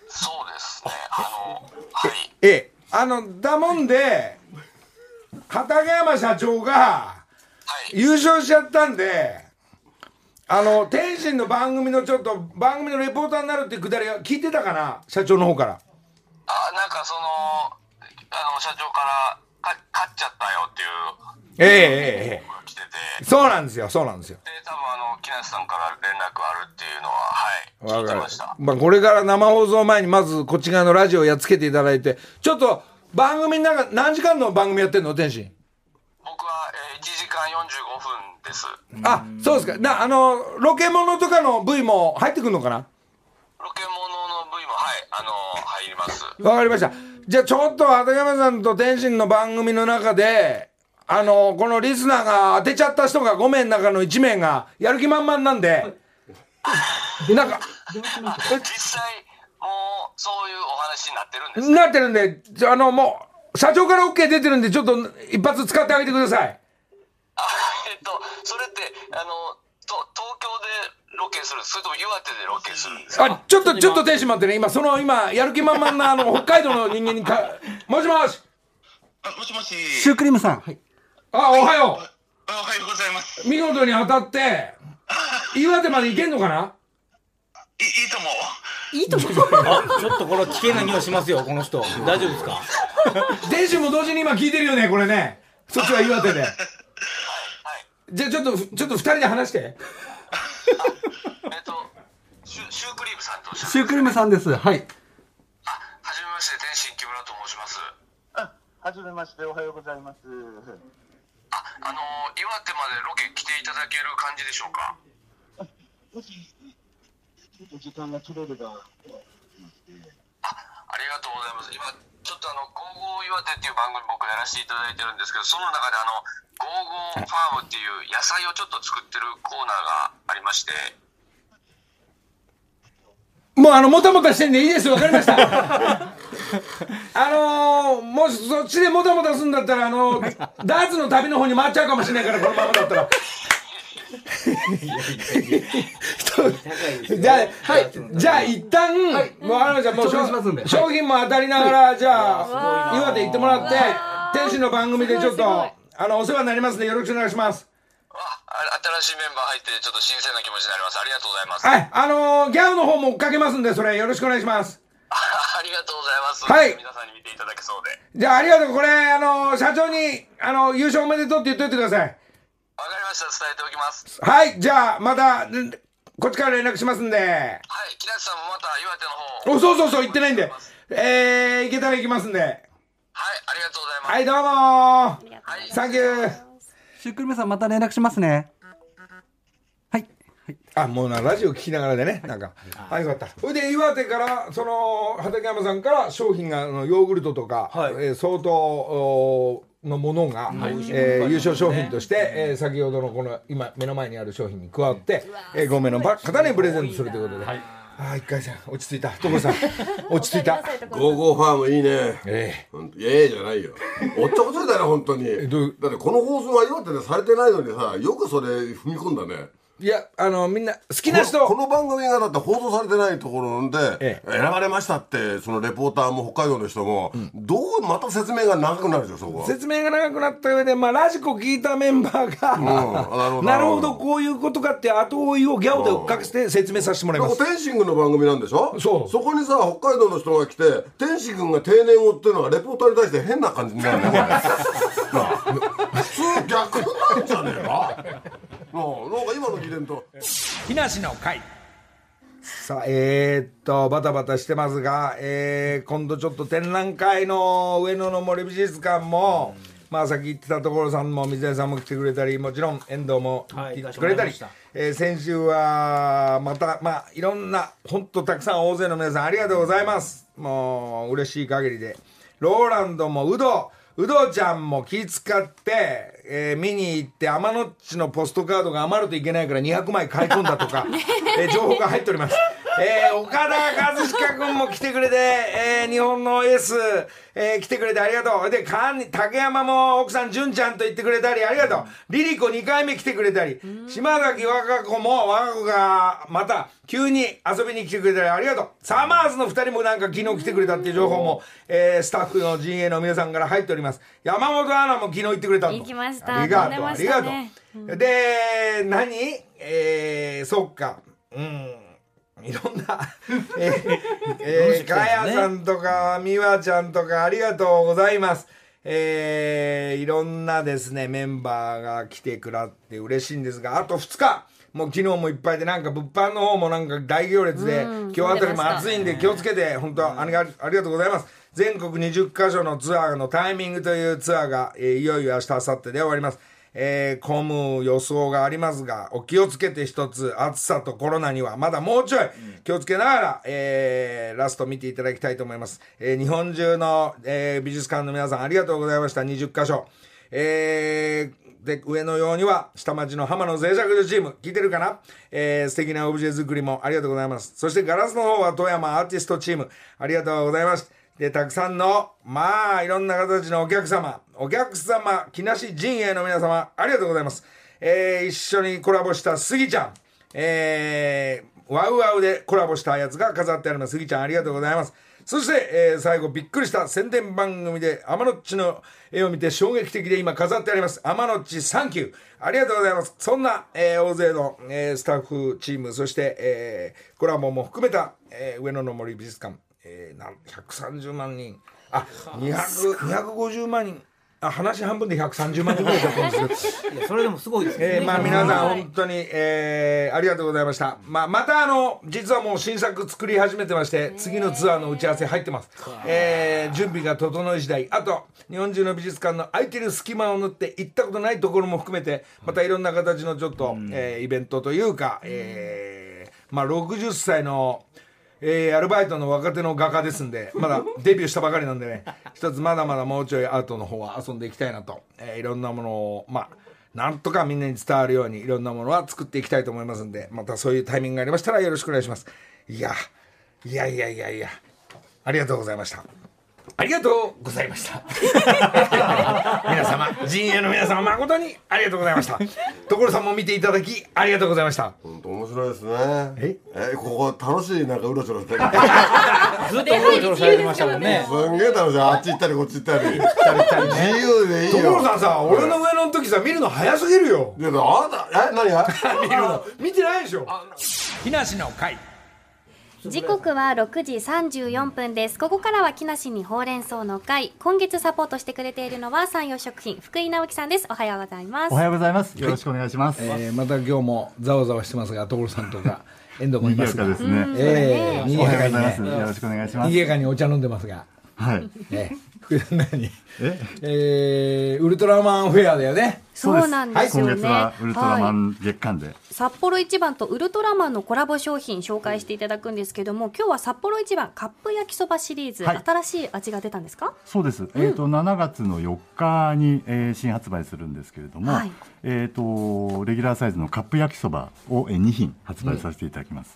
Speaker 6: そうですね。あの、はい。
Speaker 2: ええ、あのだもんで畠山社長が
Speaker 6: はい。
Speaker 2: 優勝しちゃったんであの天心の番組のちょっと番組のレポーターになるってくだりは聞いてたかな社長の方から
Speaker 6: あ、なんかその、あの、社長から、か、勝っちゃったよっていう
Speaker 2: えええええ
Speaker 6: 声が来てて、
Speaker 2: えそうなんですよそうなんですよ
Speaker 6: で、多分あの、木梨さんから連絡あるっていうのは、はい、聞いてました。
Speaker 2: まあ、これから生放送前にまずこっち側のラジオやっつけていただいてちょっと番組の中何時間の番組やってんの天心
Speaker 6: 僕は、えー、1時間45分です。
Speaker 2: あそうですかなあのロケモノとかの V も入ってくんのかな
Speaker 6: ロケモノの部位も、はい、あの、入ります。
Speaker 2: わかりました。じゃあちょっと畠山さんと天心の番組の中で、あの、このリスナーが当てちゃった人が5名の中の1名がやる気満々なんで、なんか、
Speaker 6: 実際、もう、そういうお話になってるんです。
Speaker 2: なってるんで、じゃああの、もう、社長から OK 出てるんで、ちょっと一発使ってあげてください。
Speaker 6: あえっと、それって、あの、と東京でロケする、それとも岩手でロケするんですか
Speaker 2: あ、ちょっと、ちょっと天心待ってね、今、その、今、やる気満々な、あ の、北海道の人間にか、もしもし
Speaker 7: あ、もしもし。
Speaker 5: シュークリームさん、はい、
Speaker 2: あ、おは
Speaker 7: あ
Speaker 2: よ
Speaker 7: おはようございます。、
Speaker 2: う見事に当たって、岩手まで行けんのかない
Speaker 7: いいとも。
Speaker 3: いいと思う
Speaker 4: あちょっとこれ危険な匂いしますよこの人大丈夫ですか
Speaker 2: 天心も同時に今聞いてるよねこれねそっちは岩手でじゃあちょっとちょっと二人で話して
Speaker 6: えっと、シュシュークリームさんとおっしゃる。
Speaker 5: シュークリームさんですはい
Speaker 6: あ、はじめまして、天心木村と申します。
Speaker 7: あ、はじめまして、おはようございます。
Speaker 6: あ、あのー岩手までロケ来ていただける感じでしょうか。
Speaker 7: もし、ちょっと時間が取れれば。
Speaker 6: ありがとうございます。今、ちょっとあの、ゴーゴー岩手っていう番組僕やらせていただいてるんですけど、その中であの、ゴーゴーファームっていう野菜をちょっと作ってるコーナーがありまして、
Speaker 2: もうあのもたもたしてんでいいですわかりました あのー、もしそっちでもたもたするんだったらあのー、ダーツの旅の方に回っちゃうかもしれないからこのままだったらじゃあ、はい、じゃあ一旦、もうあのじゃあもう
Speaker 5: 頂戴しますんで
Speaker 2: 商品も当たりながら、じゃあ
Speaker 3: いな
Speaker 2: 岩手行ってもらって
Speaker 3: わー
Speaker 2: 天使の番組でちょ
Speaker 3: すごい
Speaker 2: っ
Speaker 3: すご
Speaker 2: と
Speaker 3: い
Speaker 2: あのお世話になりますんでよろしくお願いします
Speaker 6: あ新しいメンバー入ってちょっと新鮮な気持ちになりますありがとうございます、
Speaker 2: はいあのー、ギャオの方も追っかけますんでそれよろしくお願いします
Speaker 6: ありがとうございます、
Speaker 2: はい
Speaker 6: 皆さんに見ていただけそうで
Speaker 2: じゃあありがとうこれあの社長にあの優勝おめでとうって言っといてください
Speaker 6: わかりました伝えておきます
Speaker 2: はいじゃあまたんこっちから連絡しますんで
Speaker 6: はい木梨さんもまた岩手の方
Speaker 2: おそうそうそう行ってないんで
Speaker 6: はい
Speaker 2: えー、行けたら行きますんで
Speaker 6: ありがとうございます、
Speaker 2: はいどうも
Speaker 3: りがとうございます
Speaker 2: ーサンキュー
Speaker 5: シュークリームさんまた連絡しますねはい
Speaker 2: あもうなラジオ聞きながらでねなんかあよかったそれで岩手からその畠山さんから商品があのヨーグルトとか、
Speaker 4: はい
Speaker 2: えー相当おのものが、えー優勝商品として、えー先ほどのこの今目の前にある商品に加わって、えー、5名のば方にプレゼントするということで、ああ一回さん落ち着いた所さん落ち着いた
Speaker 8: ゴーゴーファームいいね。
Speaker 2: ええ
Speaker 8: ほんとええじゃない よ。おっちょこちょいだよ、本当に。だって
Speaker 2: どういう
Speaker 8: この放送が岩手でされてないのにさ、よくそれ踏み込んだね。
Speaker 2: いやあのみんな好きな人
Speaker 8: このこの番組がだって放送されてないところで
Speaker 2: え、
Speaker 8: 選ばれましたって、そのレポーターも北海道の人も、どうまた説明が長くなるでしょ、そこは。
Speaker 2: 説明が長くなった上で、まあ、ラジコ聞いたメンバーが、
Speaker 8: うんなるほど
Speaker 2: なるほどこういうことかって後追いをギャオで追っかけて説明させてもらいま
Speaker 8: こ
Speaker 2: す
Speaker 8: こ天心君の番組なんでしょ
Speaker 2: そう
Speaker 8: そこにさ北海道の人が来て天心君が定年をっていうのがレポーターに対して変な感じになるねこ れなあ普通逆なんじゃねえかなあなんか今の議連と
Speaker 2: 木梨の会さあえー、っとバタバタしてますが、えー今度ちょっと展覧会の上野の森美術館も、まあさっき言ってた所さんも水谷さんも来てくれたりもちろん遠藤も
Speaker 4: はい
Speaker 2: 来てくれたり、
Speaker 4: 行かせてもらいました
Speaker 2: えー先週はまたまあいろんな本当たくさん大勢の皆さんありがとうございますもう嬉しい限りでローランドもウドウドちゃんも気使って、えー見に行って天のっちのポストカードが余るといけないから200枚買い込んだとか、えー情報が入っております、えー岡田和彦君も来てくれて、えー日本のエース、えー来てくれてありがとうでかん竹山も奥さん純ちゃんと言ってくれたりありがとうリリコ2回目来てくれたり島崎和歌子も和歌子がまた急に遊びに来てくれたりありがとうサマーズの2人もなんか昨日来てくれたっていう情報も、えースタッフの陣営の皆さんから入っております山本アナも昨日行ってくれたと
Speaker 3: 行きました
Speaker 2: ありがと
Speaker 3: 飛んで
Speaker 2: うあ
Speaker 3: ま
Speaker 2: り
Speaker 3: し
Speaker 2: が
Speaker 3: た
Speaker 2: とう
Speaker 3: ね、
Speaker 2: で何えー、そっかうんいろんな、えーえー、かやさんとか、みわちゃんとか、ありがとうございます。えー、いろんなですね、メンバーが来てくらって嬉しいんですが、あと2日もう昨日もいっぱいで、なんか物販の方もなんか大行列で、
Speaker 3: うん
Speaker 2: 今日あたりも暑いんで気をつけて、本当ありがありがとうございます。全国20カ所のツアーのタイミングというツアーが、えーいよいよ明日、明後日で終わります。えー、混む予想がありますが、お気をつけて一つ、暑さとコロナにはまだもうちょい気をつけながら、えー、ラスト見ていただきたいと思います。えー、日本中の、えー美術館の皆さんありがとうございました。20カ所。えー、で上のようには下町の浜の脆弱女チーム聞いてるかな、えー、素敵なオブジェ作りもありがとうございますそしてガラスの方は富山アーティストチームありがとうございますでたくさんのまあいろんな形のお客様お客様木梨陣営の皆様ありがとうございます、えー、一緒にコラボしたスギちゃんえー、ワウワウでコラボしたやつが飾ってあります。杉ちゃんありがとうございます。そして、えー最後びっくりした宣伝番組で天のっちの絵を見て衝撃的で今飾ってあります。天のっちサンキュー。ありがとうございます。そんな、えー大勢の、えースタッフチーム、そして、えーコラボも含めた、えー上野の森美術館、えーなん130万人。あ、200 250万人。あ、話半分で130万人ぐらいだったんですけど。
Speaker 4: いやそれでもすごいですね、
Speaker 2: えーまあ皆さん
Speaker 3: はい
Speaker 2: 本当に、えーありがとうございました、まあ、またあの実はもう新作作り始めてまして次のツアーの打ち合わせ入ってます、えー準備が整い次第あと日本中の美術館の空いてる隙間を縫って行ったことないところも含めてまたいろんな形のちょっと、えーイベントというか、えーまあ、60歳のえーアルバイトの若手の画家ですんで、まだデビューしたばかりなんでね、一つまだまだもうちょいアートの方は遊んでいきたいなと、えーいろんなものを、まあ、なんとかみんなに伝わるように、いろんなものは作っていきたいと思いますんで、またそういうタイミングがありましたらよろしくお願いします。いや、いやいやいやいやありがとうございましたありがとうございました皆様陣営の皆様誠にありがとうございました所さんも見ていただきありがとうございました
Speaker 8: 本当面白いですね
Speaker 2: え
Speaker 8: えここ楽しいなんかうろちょろしてす
Speaker 4: ずっとうろちょろされてましたもんね。
Speaker 8: んげえ楽しいあっち行ったりこっち行ったり自由でいいよ
Speaker 2: 所さんさ俺の上の時さ見るの早すぎるよ
Speaker 8: いやあなたえ何が
Speaker 2: 見るの見てないでしょ木梨の会
Speaker 3: 時刻は6時34分ですここからは木梨にほうれん草の会今月サポートしてくれているのは山陽食品福井直樹さんですおはようございます
Speaker 9: おはようございます。よろしくお願いします。
Speaker 2: えーまた今日もざわざわしてますが所さんとか遠藤もいますが
Speaker 9: 賑やかですね
Speaker 2: ええ
Speaker 9: お
Speaker 2: 賑
Speaker 9: は
Speaker 2: や
Speaker 9: よ
Speaker 2: か
Speaker 9: う
Speaker 2: に
Speaker 9: ございま
Speaker 2: ね
Speaker 9: す。よろしくお願いしま
Speaker 2: 賑
Speaker 9: す。
Speaker 2: やかにお茶飲んでますが
Speaker 9: はい。
Speaker 2: ええ福田何
Speaker 9: え、
Speaker 2: えーウルトラマンフェアだよね
Speaker 9: うです
Speaker 3: そうなんですよ
Speaker 9: 今
Speaker 3: ね、
Speaker 9: 月はウルトラマ
Speaker 3: はい
Speaker 9: ン月間で。
Speaker 3: 札幌一番とウルトラマンのコラボ商品紹介していただくんですけども今日は札幌一番カップ焼きそばシリーズ、
Speaker 9: はい
Speaker 3: 新しい味が出たんですか
Speaker 9: そうです。えっと7月の4日にえー新発売するんですけれども
Speaker 3: はい、
Speaker 9: えっとレギュラーサイズのカップ焼きそばをえー2品発売させていただきます。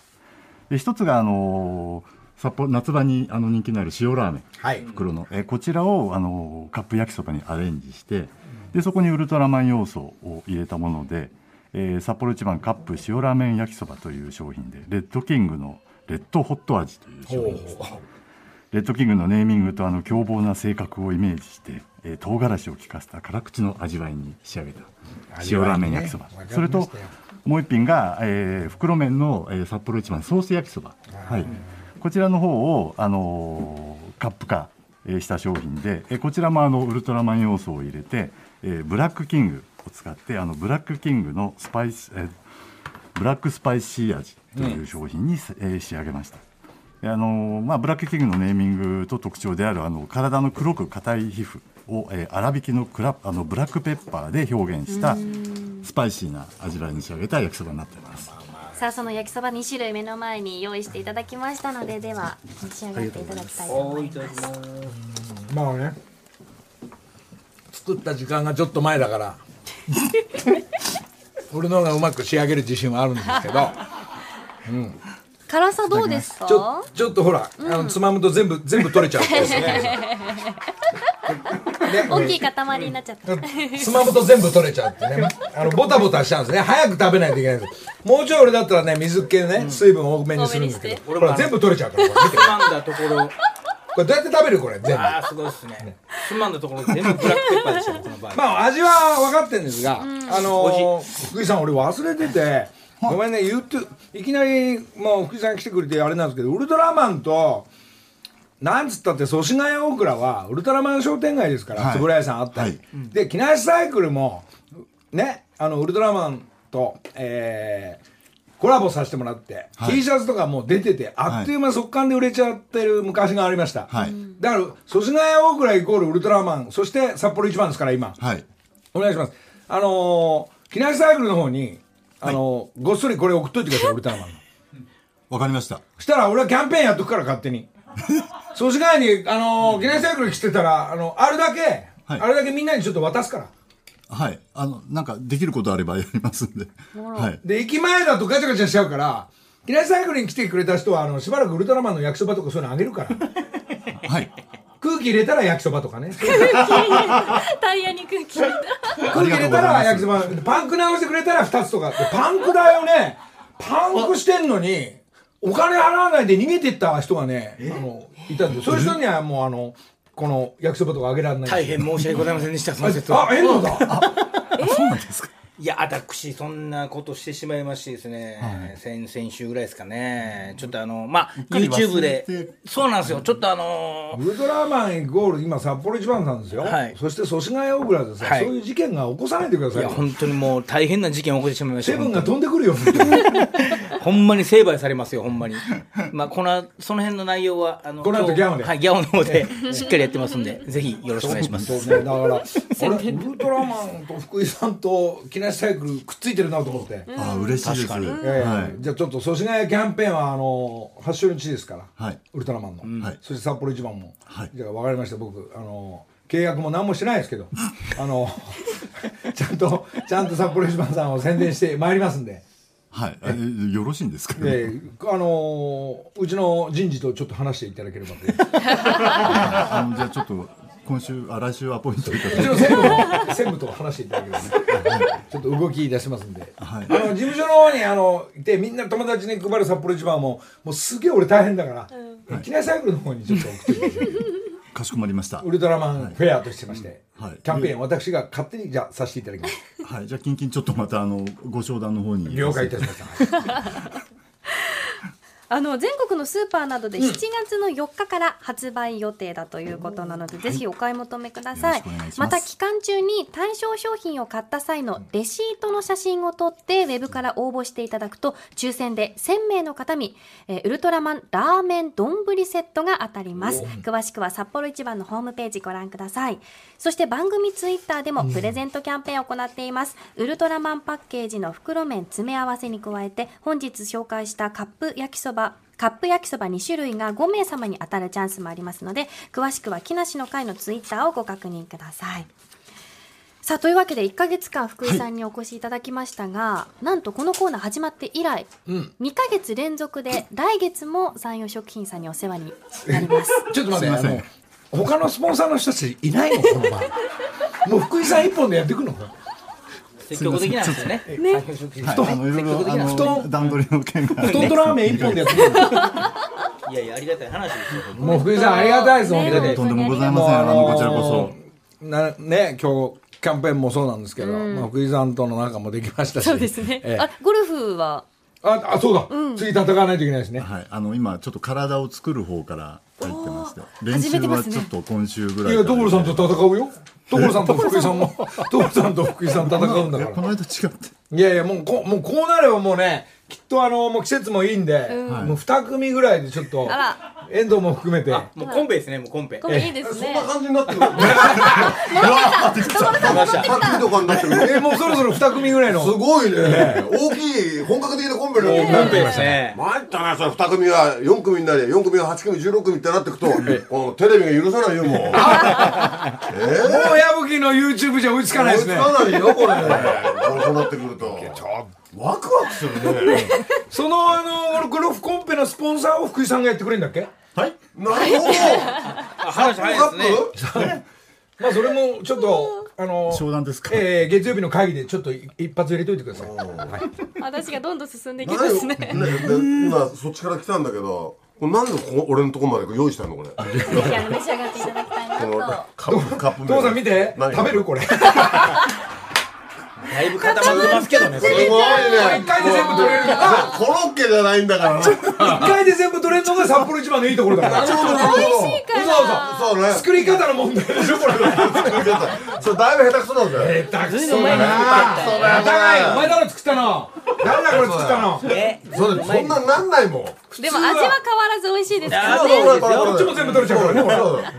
Speaker 9: で一つがあのー札幌夏場にあの人気のある塩ラーメン。
Speaker 2: はい
Speaker 9: 袋の、えーこちらをあのーカップ焼きそばにアレンジしてでそこにウルトラマン要素を入れたもので、えー札幌一番カップ塩ラーメン焼きそばという商品でレッドキングのレッドホット味という商品ですレッドキングのネーミングとあの凶暴な性格をイメージして、えー唐辛子を効かせた辛口の味わいに仕上げた
Speaker 2: 味
Speaker 9: 塩
Speaker 2: わいね
Speaker 9: ラーメン焼きそば、
Speaker 2: わかりました
Speaker 9: それともう一品が、えー袋麺の、えー札幌一番ソース焼きそば、はい、こちらの方を、あのーカップ化えーした商品で、えーこちらもあのウルトラマン要素を入れて、えーブラックキングを使ってあのブラックキングのスパイス、えーブラックスパイシー味という商品に、えー仕上げました。であのーまあ、ブラックキングのネーミングと特徴であるあの体の黒く硬い皮膚を、えー粗挽きのクラあのブラックペッパーで表現したスパイシーな味わいに仕上げた焼きそばになっています。
Speaker 3: さあその焼きそば2種類目の前に用意していただきましたのででは召し上がっていただきたいと思います
Speaker 2: まあね作った時間がちょっと前だから 俺の方がうまく仕上げる自信はあるんですけど
Speaker 3: 辛さどうですか
Speaker 2: ちょ ちょっとほら、あのつまむと全部全部取れちゃ うですね
Speaker 3: 大きい塊になっちゃった
Speaker 2: つまむと全部取れちゃうって ねあのボタボタしちゃうんですね早く食べないといけないんですもうちょい俺だったらね水気ね、水分多めにするんですけど
Speaker 3: 多
Speaker 2: ほら全部取れちゃうからこれ見て
Speaker 4: つまんだところ、
Speaker 2: これどうやって食べるこれ全部
Speaker 4: ああ、すごいっすね。つまんだところ、全部ブラックペッパーでしたよ、この場合。
Speaker 2: まあ味は分かってんですが、あのー福井さん俺忘れててごめんね言うといきなりもう福井さん来てくれてあれなんですけどウルトラマンとなんつったって祖師ヶ谷大倉はウルトラマン商店街ですから
Speaker 9: はい
Speaker 2: 円谷さんあったり、
Speaker 9: はい
Speaker 2: で木梨サイクルもねあのウルトラマンと、えーコラボさせてもらって、
Speaker 9: はい
Speaker 2: T シャツとかもう出ててあっという間速乾で売れちゃってる昔がありました、
Speaker 9: はい
Speaker 2: だから祖師ヶ谷大倉イコールウルトラマンそして札幌一番ですから今、
Speaker 9: はい、
Speaker 2: お願いします。あのー、木梨サイクルの方に、あのーごっそりこれ送っといてください、ウルトラマンの。
Speaker 9: わかりました。
Speaker 2: そしたら俺はキャンペーンやっとくから、勝手 に。そうしないに、あのー、木梨サイクル来てたら、あの、あるだけ、
Speaker 9: はい
Speaker 2: あれだけみんなにちょっと渡すから。
Speaker 9: はい、あのなんかできることあればやりますんで。はい。
Speaker 2: で、駅前だとガチャガチャしちゃうから、木梨サイクルに来てくれた人は、あの、しばらくウルトラマンの焼きそばとかそういうのあげる から。
Speaker 9: はい。
Speaker 2: 空気入れたら焼きそばとか ね。
Speaker 3: タイヤに空気入れた
Speaker 2: 空気入れたら焼きそばパンク直してくれたら2つとかでパンクだよねパンクしてんのにお金払わないで逃げてった人がねあのいたんでそういう人にはもうあのこの焼きそばとかあげられない
Speaker 4: 大変申し訳ございませんでした、その説
Speaker 2: あ
Speaker 4: は。
Speaker 2: 遠藤だ
Speaker 4: いや、私、そんなことしてしまいましてですね、先々週ぐらいですかね、ちょっとあの、まあ、
Speaker 9: かり忘れ
Speaker 4: YouTube で
Speaker 9: て、
Speaker 4: そうなんですよ、ちょっとあの
Speaker 2: ウルトラマンイコール今札幌一番なんですよ、
Speaker 4: はい
Speaker 2: そして祖師ヶ谷大倉でさ、
Speaker 4: はい
Speaker 2: そういう事件が起こさないでくだ
Speaker 4: ー、い
Speaker 2: さい
Speaker 4: や、
Speaker 2: よ
Speaker 4: 本当にもう大変な事件を起こしてしまいました。
Speaker 2: セブンが飛んでくるよ本当に
Speaker 4: ほんまに成敗されますよ、ほんまに。まあ、この、その辺の内容は、あの、
Speaker 2: この後
Speaker 4: 今日
Speaker 2: ギャオで
Speaker 4: はい、ギャオの方で、しっかりやってますんで、ぜひよろしくお願いします。
Speaker 2: そうねだから俺ウルトラマンと福井さんと木梨サイクルくっついてるなと思って、
Speaker 9: あー、嬉しいです。
Speaker 2: ええ
Speaker 9: はい。
Speaker 2: じゃあちょっと祖師ヶ谷キャンペーンはあの発祥の地ですから、
Speaker 9: はい
Speaker 2: ウルトラマンの、
Speaker 9: はい
Speaker 2: そして札幌一番も、
Speaker 9: はい
Speaker 2: じゃあ分かりました僕あの契約も何もしてないですけど あのちゃんとちゃんと札幌一番さんを宣伝してまいりますんで
Speaker 9: はい、えよろしいんですか、
Speaker 2: ええあのーうちの人事とちょっと話していただければと。
Speaker 9: あのじゃあちょっと今週あ来週アポイントいただいて
Speaker 2: うちの専務と専務と話していただければね。ちょっと動き出しますんで。
Speaker 9: はい
Speaker 2: あの事務所の方にあのいてみんな友達に配る札幌一番はもうもうすげえ俺大変だから、機内サイクルの方にちょっと送ってください
Speaker 9: かしこまりました
Speaker 2: ウルトラマンフェアとしてまして、
Speaker 9: うんはい
Speaker 2: キャンペーン私が勝手にじゃあさせていただきます。
Speaker 9: はいじゃあ近々ちょっとまたあのご商談の方に
Speaker 2: 了解いたしました。
Speaker 3: あの全国のスーパーなどで7月の4日から発売予定だということなので、ぜひお買い求めください
Speaker 9: よろしくお願いします
Speaker 3: また期間中に対象商品を買った際のレシートの写真を撮ってウェブから応募していただくと抽選で1000名の方に、えーウルトラマンラーメン丼セットが当たります詳しくは札幌一番のホームページご覧くださいそして番組ツイッターでもプレゼントキャンペーンを行っています、ウルトラマンパッケージの袋麺詰め合わせに加えて本日紹介したカップ焼きそばカップ焼きそば2種類が5名様に当たるチャンスもありますので詳しくは木梨の会のツイッターをご確認くださいさあというわけで1か月間福井さんにお越しいただきましたが、なんとこのコーナー始まって以来、2か月連続で来月も山陽食品さんにお世話になります
Speaker 2: ちょっと待って、あ
Speaker 9: すいま
Speaker 2: の他のスポンサーの人たちいないのこの場。もう福井さん一本でやっていくの。
Speaker 4: 積極的なんですよね。
Speaker 9: はいあのいろい
Speaker 4: 積極
Speaker 9: ろ
Speaker 4: 的
Speaker 9: あ
Speaker 4: な
Speaker 2: 布団
Speaker 9: の段取りの件が
Speaker 2: 布団とラーメン一本でやっていくの。
Speaker 4: いやいや、ありがたい話ですよ。
Speaker 2: もう福井さんありがたいです本当に
Speaker 3: ね。
Speaker 9: とんでもございませんあのこちらこそ
Speaker 2: なね今日キャンペーンもそうなんですけど、まあ、福井さんとの仲もできました し
Speaker 3: そうですね、
Speaker 2: ええ
Speaker 3: あゴルフは
Speaker 2: ああそうだ、次戦わないといけないですね
Speaker 9: はいあの今ちょっと体を作る方から入ってまして練
Speaker 3: 始め
Speaker 9: 習
Speaker 3: てま
Speaker 9: は
Speaker 3: すね
Speaker 9: ちょっと今週ぐ
Speaker 2: い
Speaker 9: らい
Speaker 2: や
Speaker 9: から
Speaker 2: 所さんと戦うよ所さんと福井さんも所さんと福井さん戦うんだ
Speaker 9: え
Speaker 2: か
Speaker 9: こ
Speaker 2: ら
Speaker 9: の間違って
Speaker 2: いやいやもうこうもうこうなればもうねきっとあのもう季節もいいんで、もう2組ぐらいでちょっと
Speaker 3: あ
Speaker 2: 遠藤も含めて
Speaker 4: もうコンペですね、もうコンペ。
Speaker 3: これいいですね
Speaker 1: 感じになってる。わさっきとかになってる。
Speaker 2: えもうそろそろ2組ぐらいの
Speaker 1: すごいね。大きい本格的なコンペになってる
Speaker 4: コンペですね。
Speaker 1: 参ったな、それ二組が四組になり、四組が八組、十六組ってなってくと、このテレビが許さないよ、もう。
Speaker 2: もう矢吹の YouTube じゃ追いつかないですね
Speaker 1: 追いつかないよ、これ。こうこうなってくると。ワクワクするね。
Speaker 2: そのあのゴルフコンペのスポンサーを福井さんがやってくれるんだっけ
Speaker 9: はい
Speaker 1: なるほど。
Speaker 4: あ話早いですね。
Speaker 2: まあそれもちょっとあの
Speaker 9: 商談 ですか
Speaker 2: えー月曜日の会議でちょっとい一発入れといてください。はい
Speaker 3: 私がどんどん進んでいき
Speaker 1: 何
Speaker 3: ます
Speaker 1: をね
Speaker 3: ね
Speaker 1: で今そっちから来たんだけどこれなんでここ俺のとこまで用意したのこれ
Speaker 3: ぜひあの召し上がっていただきたいな
Speaker 1: この
Speaker 3: と
Speaker 1: カップカップ麺
Speaker 2: 父さん見て、
Speaker 1: 何
Speaker 2: 食べるこれ。
Speaker 4: だいぶ固まってますけどね、そ
Speaker 1: すごい
Speaker 4: れ。
Speaker 2: 一
Speaker 1: ね
Speaker 2: 回で全部取れる。あ
Speaker 1: コロッケじゃないんだからなそう
Speaker 2: 一回で全部取れるのが札幌一番のいいところだから。そう
Speaker 3: いいから
Speaker 1: そうね
Speaker 2: 作り方の問題でしょこれ。
Speaker 1: それだいぶ下手くそなんだよ
Speaker 2: 下手く
Speaker 4: ずい
Speaker 2: そ
Speaker 4: ぶん
Speaker 2: だ
Speaker 4: 前に
Speaker 2: な。
Speaker 4: 作っ
Speaker 2: お
Speaker 4: た。
Speaker 2: 互いお前だろ作ったの。誰だこれ作ったの。こ
Speaker 4: え、
Speaker 1: それそんなんなんないもん
Speaker 3: でも味は変わらず美味しいですから
Speaker 4: あ
Speaker 3: ね
Speaker 4: そうですよ
Speaker 2: っちも全部取れちゃうから
Speaker 1: そ
Speaker 2: ね。
Speaker 1: う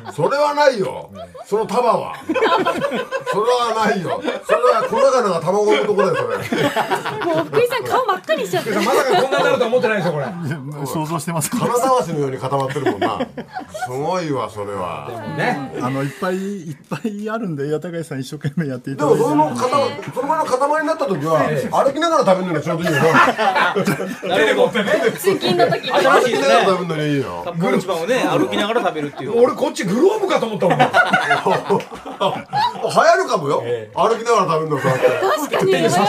Speaker 1: そうそれはないよその束はそれはないよそれは小魚が卵のところだよそれ
Speaker 3: もう福井さん顔真っ赤にしちゃって
Speaker 2: まさかこんなになるとは思ってないですよこれ。
Speaker 9: 想像してますから
Speaker 1: 金沢市のように固まってるもんなすごいわそれは
Speaker 2: ね。
Speaker 9: あのいっぱいいっぱいあるんで八高井さん一生懸命やってい
Speaker 1: で
Speaker 9: ただ
Speaker 1: も
Speaker 9: いて
Speaker 1: その塊その前の塊になった時は歩きながら食べるのがちょうどいいよな
Speaker 3: 通勤の時に
Speaker 4: 新
Speaker 1: 歩
Speaker 4: しい
Speaker 1: き
Speaker 4: で
Speaker 1: ながら
Speaker 4: すね。
Speaker 1: 食べるのにいいよ
Speaker 4: カ ップ一番をね、歩きながら食べるっていう。
Speaker 2: 俺こっちグローブかと思ったも ん。
Speaker 1: 流行るかもよ歩きながら食べるのこうやって
Speaker 3: 確かに迷いそう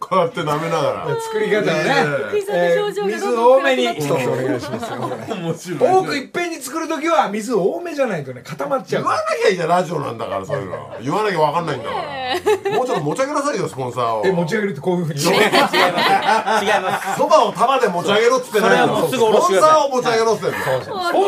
Speaker 1: こうやって舐めなが
Speaker 2: 作り方をね。
Speaker 3: 福井さんの表情がどん
Speaker 2: 水
Speaker 3: どん暗
Speaker 2: 多め
Speaker 3: く
Speaker 2: に
Speaker 3: なっ
Speaker 2: 一
Speaker 3: て
Speaker 2: つお願いします
Speaker 1: ら面白
Speaker 2: 多くいっぺんに作る時は水多めじゃないとね固まっちゃう
Speaker 1: 言わなきゃいいじゃんラジオなんだからそういうの言わなきゃ分かんないんだからもうちょっと持ち上げなさいよスポンサーを
Speaker 2: え持ち上げるってこういうふうに
Speaker 4: 違います。
Speaker 1: そばを束で持ち上げろっつってないの
Speaker 4: それはもう
Speaker 1: ス
Speaker 4: すぐ下ろ
Speaker 1: ポ
Speaker 4: し
Speaker 1: ン
Speaker 4: てく
Speaker 1: サ
Speaker 4: ださい
Speaker 1: ーを持ち上げろっつってんの
Speaker 2: スポ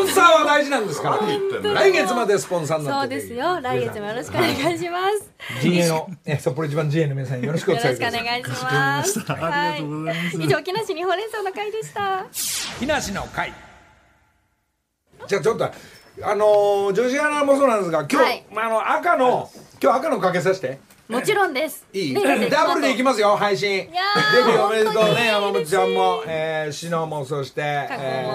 Speaker 2: ンサーは大事なんですから
Speaker 1: 何言ってんの
Speaker 2: 来月までスポンサーにな
Speaker 3: そう
Speaker 2: って
Speaker 3: ですよ来月もよろしくお願いします
Speaker 2: 陣営のえ札幌一番陣営の皆さんよろしくお
Speaker 3: よろ
Speaker 2: 伝え
Speaker 3: し
Speaker 2: く
Speaker 3: くお
Speaker 2: ださい
Speaker 3: 願いします
Speaker 9: あ
Speaker 3: は
Speaker 9: りが
Speaker 3: い
Speaker 9: とうございます
Speaker 3: 以上木梨にほうれん草の会でした
Speaker 2: 木梨の会じゃあちょっとあのー女子アナもそうなんですが今
Speaker 3: はい
Speaker 2: 日まああの赤の今日赤のかけさせて
Speaker 3: もちろんです
Speaker 2: いい
Speaker 3: ね先生
Speaker 2: ダブルでいきますよ配信デビ
Speaker 3: やー
Speaker 2: ューおめでとう
Speaker 3: 本当に
Speaker 2: ね山本ちゃんもえーシノもそして
Speaker 3: 過去も
Speaker 2: え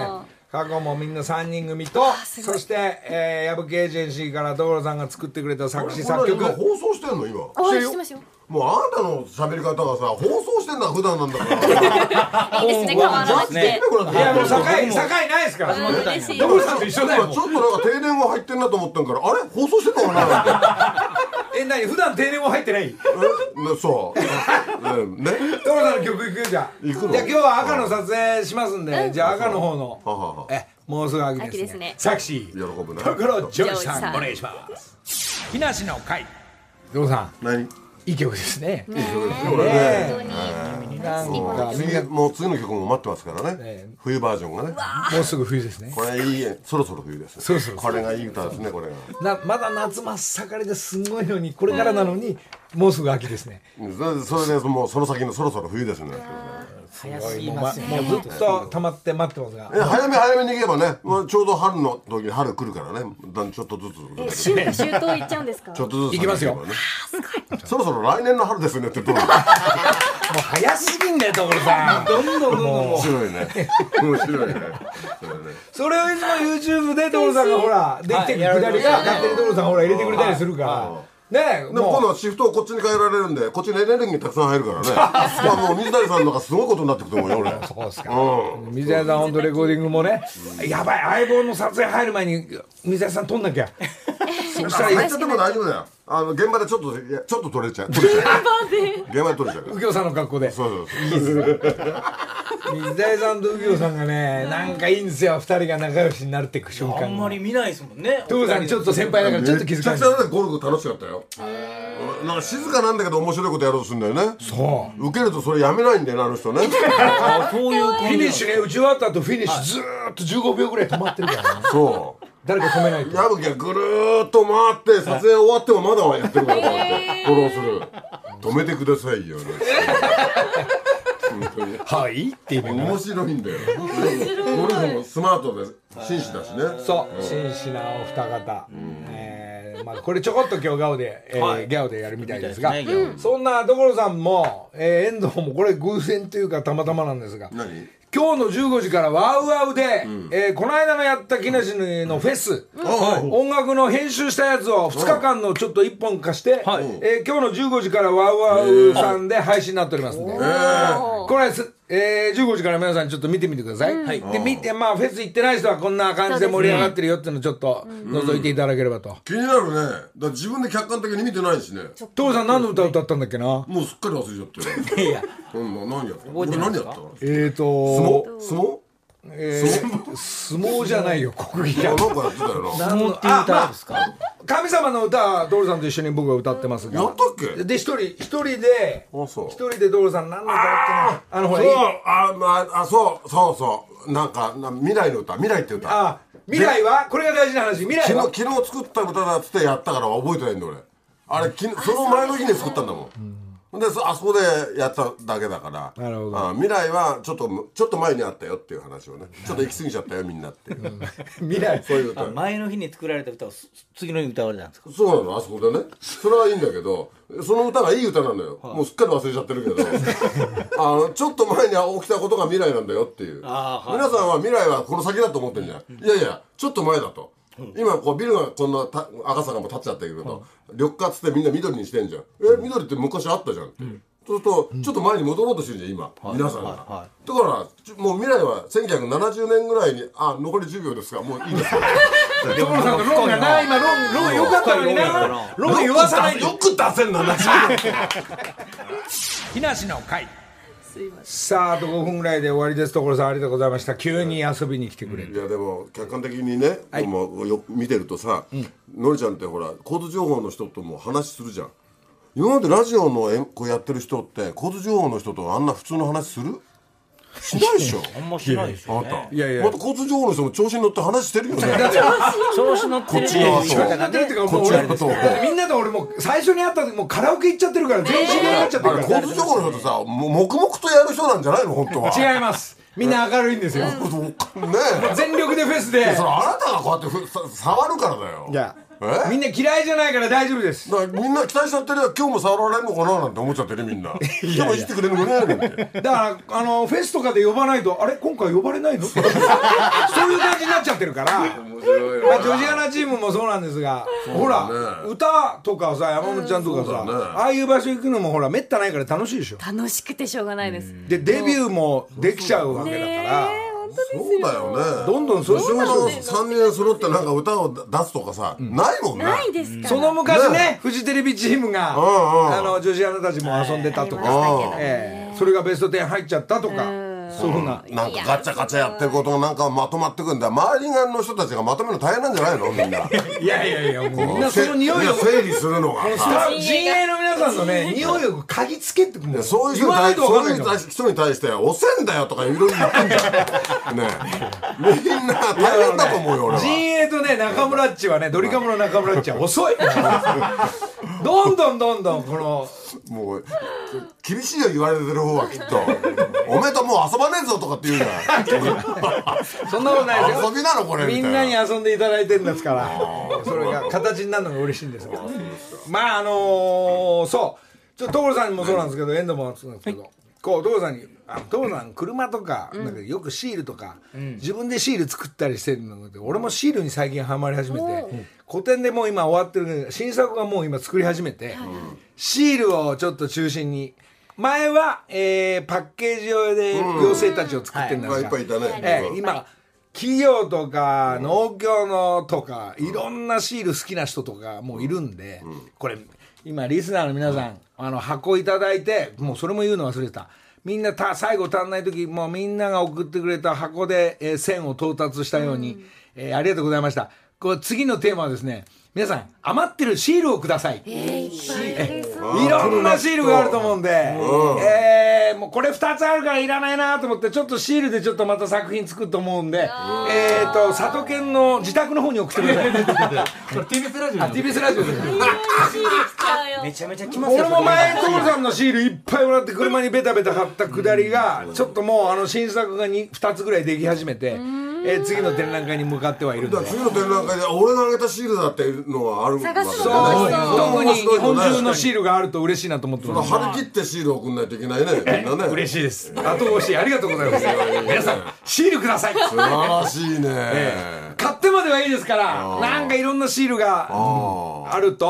Speaker 2: ー過去もみんな3人組とそしてえー矢吹エージェンシーから所さんが作ってくれた作詞
Speaker 1: こ
Speaker 2: 作
Speaker 1: れ今
Speaker 2: 曲
Speaker 1: 放送してんの今
Speaker 3: お会いしてますよ
Speaker 1: もうあなたの喋り方がさ放送してんだ普段なんだから
Speaker 3: いいですね変わらなく
Speaker 1: ジャッジで
Speaker 3: て
Speaker 1: きなくなって
Speaker 10: いやもう境境
Speaker 1: る
Speaker 10: ないですから
Speaker 3: うん嬉しい
Speaker 10: どこさんと一緒だ
Speaker 1: 今
Speaker 10: よ
Speaker 1: ちょっとなんか停電が入ってんなと思ったんからあれ放送してたのかなって
Speaker 10: え何普段定年も入ってない
Speaker 1: えねそううんね
Speaker 10: どこさんの曲行くじゃん
Speaker 1: 行くの
Speaker 10: じゃあ今日は赤の撮影しますんでじゃあ赤の方
Speaker 1: は
Speaker 10: の
Speaker 1: はは
Speaker 10: えもうすぐ秋
Speaker 3: 秋
Speaker 10: で
Speaker 3: ですす
Speaker 10: ね
Speaker 3: ね
Speaker 10: 作詞
Speaker 1: 喜ぶな
Speaker 10: ところジョージ
Speaker 3: ジョージ
Speaker 10: さ
Speaker 3: さ
Speaker 10: ん
Speaker 3: ん
Speaker 10: お願いします木梨の会どこさ
Speaker 1: 何
Speaker 10: んいい曲ですね
Speaker 1: これね
Speaker 3: 本当に
Speaker 10: なん
Speaker 1: も
Speaker 10: か
Speaker 1: う
Speaker 10: みん
Speaker 1: 次
Speaker 10: な
Speaker 1: もう次の曲も待ってますから
Speaker 10: え
Speaker 1: ね冬バージョンがね
Speaker 10: もうすぐ冬ですね
Speaker 1: これいいえそろそろ冬です
Speaker 10: そうそうそう
Speaker 1: これがいい歌ですねこれが
Speaker 10: なまだ夏真っ盛りですごいのにこれからなのにもうすぐ秋ですね
Speaker 1: うんそれでそれでもうその先のそろそろ冬ですね
Speaker 4: 早すぎ
Speaker 10: もう,、
Speaker 4: ま
Speaker 10: ます
Speaker 4: ね
Speaker 10: もうずっと溜まって待ってますが
Speaker 1: え早め早めに行けばね、まあ、ちょうど春の時に春来るからねだんちょっとずつ
Speaker 3: え春夏秋冬行っちゃうんですか
Speaker 1: ちょっとずつ
Speaker 10: 行きますよ
Speaker 1: ねそろそろ来年の春ですねってどうだ
Speaker 10: もう早すぎんだよ所さん
Speaker 4: どんどんどんどんも
Speaker 1: 面白いね面白いねそれね
Speaker 10: それをいつも YouTube で所さんがほらできてく
Speaker 4: はい
Speaker 10: だりが
Speaker 4: やられてますね
Speaker 10: 勝手に所さんほら入れてくれたりするからねえ
Speaker 1: でも今度
Speaker 10: も
Speaker 1: はシフトをこっちに変えられるんでこっちにエネルギーたくさん入るからねいやもう水谷さんのがすごいことになってくと思うよ俺
Speaker 10: うっすか
Speaker 1: う
Speaker 10: う水谷さん本当レコーディングもねやばい相棒の撮影入る前に水谷さん撮んなきゃそしたら
Speaker 1: んやっちゃっても大丈夫だよあの現場でちょっといやちょっと取れちゃう取れちゃう現場で取れちゃうから
Speaker 10: 右京さんの格好で
Speaker 1: そうそうそう
Speaker 10: 水谷さんと右京さんがねなんかいいんですよ二人が仲良しになってく瞬間
Speaker 4: あんまり見ないですもんね
Speaker 10: 所さんちょっと先輩だからちょっと気
Speaker 1: めちゃ
Speaker 10: 遣
Speaker 1: く
Speaker 10: い
Speaker 1: ちゃゴルフ楽しかったようんなんか静かなんだけど面白いことやろうとするんだよね
Speaker 10: そう
Speaker 1: 受けるとそれやめないんだよねあの人 ね
Speaker 4: あそういう
Speaker 10: フィニッシュね打ち終わった後フィニッシュずーっと15秒ぐらい止まってるからね
Speaker 1: そ
Speaker 10: 誰か止めないうと
Speaker 1: 矢吹がぐるーっと回って撮影終わってもまだやってるからと思ってフォローする止めてくださいよね本当に
Speaker 10: はいっていう
Speaker 1: 面白いんだよゴルフもスマートで紳士だしね
Speaker 10: そう紳士なお二方、えーまあ、これちょこっと今日ガオで、えー
Speaker 4: はい
Speaker 10: ギャオでやるみたいですが
Speaker 4: みたいですねギャオ
Speaker 10: そんな所さんも、えー遠藤もこれ偶然というかたまたまなんですが
Speaker 1: 何
Speaker 10: 今日の15時からワウワウで、えーこの間のやった木梨のフェス、音楽の編集したやつを2日間のちょっと1本化して、
Speaker 4: はい
Speaker 10: えー今日の15時からワウワウさんで配信になっておりますんで、これす、えー、15時から皆さんちょっと見てみてください、で見てまあフェス行ってない人はこんな感じで盛り上がってるよっていうのをちょっと覗いていただければと
Speaker 1: 気になるねだから自分で客観的に見てないしね
Speaker 10: 所さん何の歌歌ったんだっけな
Speaker 1: もうすっかり忘れちゃってる
Speaker 4: いや
Speaker 1: うんな何やった俺何やった
Speaker 10: えー
Speaker 1: 相
Speaker 10: と
Speaker 1: 撲相撲
Speaker 10: えー相撲じゃないよ国技
Speaker 1: いや
Speaker 10: 館
Speaker 1: なんかやってたよな
Speaker 4: 相撲っていう歌ですか
Speaker 10: 神様の歌は所さんと一緒に僕が歌ってますが
Speaker 1: やったっけ
Speaker 10: で一人一人で
Speaker 1: あそう
Speaker 10: 一人で所さん何の歌だっけなあのほら
Speaker 1: そう
Speaker 10: いい
Speaker 1: あ,、まあ、あそうそうそうなんかな未来の歌未来って歌
Speaker 10: あ未来はこれが大事な話未来
Speaker 1: 昨
Speaker 10: は
Speaker 1: 日昨日作った歌だっつってやったから覚えてないんだ俺あれ昨日その前の日に作ったんだもんでそあそこでやっただけだから
Speaker 10: なるほど
Speaker 1: あ未来はちょっとちょっと前にあったよっていう話をねちょっと行き過ぎちゃったよみんなっていう
Speaker 10: 未来
Speaker 1: そういう歌
Speaker 4: あ前の日に作られた歌をす次の日に歌われたんですか
Speaker 1: そうなのあそこでねそれはいいんだけどその歌がいい歌なのよ、もうすっかり忘れちゃってるけど あのちょっと前に起きたことが未来なんだよっていう、
Speaker 4: あーはい
Speaker 1: 皆さんは未来はこの先だと思ってるじゃん、いやいやちょっと前だと、今こうビルがこんなた赤坂も立っちゃったけど、緑化っつってみんな緑にしてんじゃんえ緑って昔あったじゃんって、そうすると、ちょっと前に戻ろうとしてるじゃん今、皆さんが、
Speaker 4: はいは
Speaker 1: だからちょもう未来は1970年ぐらいにあ残り10秒ですがもういい ですよ
Speaker 10: 所さんのローンがな今ローンローン良かったのになローン言わさない
Speaker 1: よく出せるな70年
Speaker 10: 木梨の会さああと5分ぐらいで終わりです所さんありがとうございました急に遊びに来てくれて
Speaker 1: いやでも客観的にね、もうよ見てるとさ、のりちゃんってほら交通情報の人とも話するじゃん今までラジオのえんこうやってる人って交通情報の人とあんな普通の話するしないでし ょ
Speaker 4: あんましないですよ
Speaker 1: あなた
Speaker 10: いやいや
Speaker 1: また交通情報の人も調子に乗って話してるよ ね
Speaker 4: 調子乗ってる
Speaker 1: こっち側そう
Speaker 10: やってるっていうかも
Speaker 1: こ
Speaker 10: う
Speaker 1: っち
Speaker 10: 俺
Speaker 1: やると
Speaker 10: だってみんなと俺もう最初に会った時もうカラオケ行っちゃってるから全身になっちゃって
Speaker 1: あ
Speaker 10: る
Speaker 1: れ
Speaker 10: か
Speaker 1: 交通情報の人ってさも黙々とやる人なんじゃないの本当は
Speaker 10: ら違いますみんな明るいんですよ
Speaker 1: そうねえ
Speaker 10: 全力でフェスで
Speaker 1: それあなたがこうやってふさ触るからだよ
Speaker 10: いや
Speaker 2: みんな嫌いじゃないから大丈夫です
Speaker 1: だからみんな期待しちゃってるよ今日も触られるのかななんて思っちゃってるみ んなでもいじってくれるのかねなんて
Speaker 2: だからあのフェスとかで呼ばないとあれ今回呼ばれないの そういう感じになっちゃってるから
Speaker 1: 面白い
Speaker 2: まあ、ジョジアナチームもそうなんですが、ほら歌とかさ山本ちゃんとかさ、
Speaker 1: そうだね
Speaker 2: ああいう場所行くのもほらめったないから楽しいでしょ
Speaker 3: 楽しくてしょうがないです。
Speaker 2: でデビューもできちゃうわけだか
Speaker 3: ね
Speaker 2: ら、
Speaker 3: え本当ですよ。
Speaker 1: そうだよね
Speaker 2: どんどんそうし
Speaker 1: 後
Speaker 2: ま
Speaker 1: ろ
Speaker 2: しょう
Speaker 1: の
Speaker 2: よ
Speaker 1: 3人揃ってなんか歌を出すとかさ、ないもんね
Speaker 3: ないですから。
Speaker 2: その昔ねフジテレビチームが、
Speaker 1: んうん
Speaker 2: あの女子アナたちも遊んでたとか、
Speaker 1: ありましたけど
Speaker 2: ええそれがベスト10入っちゃったとか、そういうふうな
Speaker 1: なんかガチャガチャやってることがなんかまとまってくんだ周りの人たちがまとめるの大変なんじゃないのみんな
Speaker 2: いやいやいやもう みんなその匂いを
Speaker 1: みんな整理するのが
Speaker 2: あ陣営の皆さんのね匂いを嗅ぎつけてくるんだよ
Speaker 1: そういう人に
Speaker 2: 言わな
Speaker 1: 対
Speaker 2: いと
Speaker 1: そ
Speaker 2: 分
Speaker 1: う
Speaker 2: かんな
Speaker 1: い
Speaker 2: いか
Speaker 1: う
Speaker 2: ら
Speaker 1: 人に対して「おせんだよ」とかいろいろ言ってんじゃんねえ みんな大変だと思うよ俺は
Speaker 2: 陣営とね中村っちはねドリカムの中村っちは 遅いどんどんどんどんこの
Speaker 1: もう厳しいよ言われてる方はきっ と「おめえともう遊ばねえぞ」とかって言うじゃん
Speaker 2: そんなことないですよ
Speaker 1: 遊びなのこれみ
Speaker 2: みん
Speaker 1: た
Speaker 2: ないに
Speaker 1: な
Speaker 2: 遊んでいただいてるんですからそれが形になるのが嬉しいんですがまああのーそうちょっと所さんもそうなんですけど遠藤もそうなんですけどこう所さんにあ所さん車とかなんかよくシールとか自分でシール作ったりしてるので俺もシールに最近ハマり始めて古典でもう今終わってるけど新作がもう今作り始めてシールをちょっと中心に前は、えーパッケージ用で妖精たちを作ってるんですが、
Speaker 1: いっぱいいたね、
Speaker 2: ええ今企業とか農業のとか、いろんなシール好きな人とかもういるんで、これ今リスナーの皆さん、あの箱いただいてもうそれも言うの忘れてたみんなた最後足んない時もうみんなが送ってくれた箱で、えー線を到達したように、えーありがとうございましたこう次のテーマはですね皆さん余ってるシールをください、いろんなシールがあると思うんで、えーもうこれ2つあるからいらないなと思って、ちょっとシールでちょっとまた作品作ると思うんで、えっと、佐渡県の自宅の方に送ってください。
Speaker 11: TBS ラジオな
Speaker 2: あ
Speaker 11: んで
Speaker 2: TBS ラジオです。
Speaker 4: めちゃめちゃ来ますよ
Speaker 2: 俺も前、所さんのシールいっぱいもらって車にベタベタ貼ったくだりが、ちょっともうあの新作が 2, 2つぐらいでき始めて、えー次の展覧会に向かってはいるんで
Speaker 1: だ。から次の展覧会で俺があげたシールだっていうのはあるわけだね
Speaker 3: 探す
Speaker 2: そ
Speaker 3: の
Speaker 2: う
Speaker 3: が楽し
Speaker 2: 特に日本中の
Speaker 1: ー
Speaker 2: シールがあると嬉しいなと思ってます。
Speaker 1: 張り切ってシール送んないといけないねみんなね
Speaker 2: 嬉しいです。後押しありがとうございます。皆さん、シールください。
Speaker 1: 素晴らしいね、
Speaker 2: 買ってまではいいですから、なんかいろんなシールが
Speaker 1: あ
Speaker 2: あると、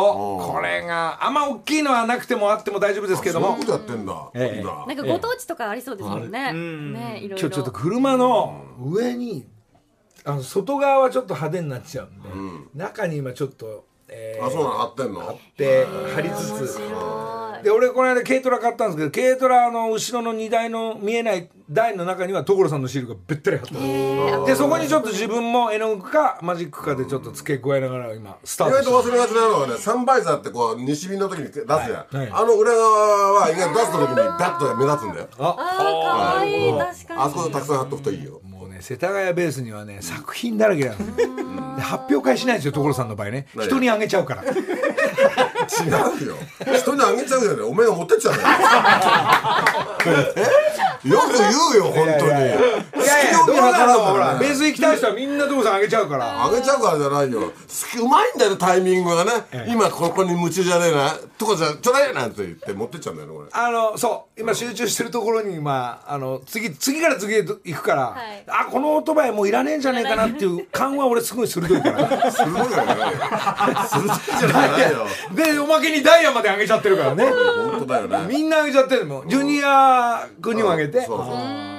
Speaker 2: これが、あんま大きいのはなくてもあっても大丈夫ですけ
Speaker 1: あそ
Speaker 2: ど
Speaker 1: ういうこ、
Speaker 2: も
Speaker 1: とやってんだ、
Speaker 2: ええ
Speaker 1: いいな
Speaker 3: なんかご当地とかありそうですもんね。ね、いろいろ。
Speaker 2: 今日ちょっと車の上に、あの外側はちょっと派手になっちゃうんで、中に今ちょっと、えー
Speaker 1: あそうなの貼ってんの
Speaker 2: で貼りつつで俺この間軽トラ買ったんですけど軽トラの後ろの荷台の見えない台の中には所さんのシールがべったり貼ってあるでそこにちょっと自分も絵の具かマジックかでちょっと付け加えながら今スタ
Speaker 1: 意
Speaker 2: ー
Speaker 1: 外
Speaker 2: ト
Speaker 1: と忘れがちなのはねサンバイザーってこう西日の時に出すやん、
Speaker 2: はい
Speaker 1: あの裏側は意外と出す時にダッと目立つんだよ
Speaker 2: あ
Speaker 3: 可愛い確かに。
Speaker 1: あそこでたくさん貼っとくといいよ
Speaker 2: もうね世田谷ベースにはね作品だらけなんですよで発表会しないんですよ所さんの場合ね
Speaker 1: 何
Speaker 2: 人にあげちゃうから
Speaker 1: 違うよ人にあげちゃうよねお前が持ってっちゃうよ えよく言うよ本当に
Speaker 2: いやいや
Speaker 1: 好き
Speaker 2: 所
Speaker 1: を見計らう
Speaker 2: さんのほ
Speaker 1: から
Speaker 2: ら
Speaker 1: ね
Speaker 2: ベース行きたい人はみんな所さんあげちゃうから
Speaker 1: あげちゃうからじゃないよ好きうまいんだよねタイミングがね、今ここに夢中じゃねえなとかじゃちょうだいなんて言って持ってっちゃうんだよねこれ
Speaker 2: あのそう今集中してるところにまああの次次から次へと行くから、
Speaker 3: はい
Speaker 2: あこのオートバイもういらねえんじゃねえかなっていう勘は俺すごい鋭いから
Speaker 1: 鋭いからないよ鋭いじゃないよ
Speaker 2: でおまけにダイヤまであげちゃってるからね
Speaker 1: 本当だよね
Speaker 2: みんなあげちゃってるもんジュニア君にもあげて
Speaker 1: そうそう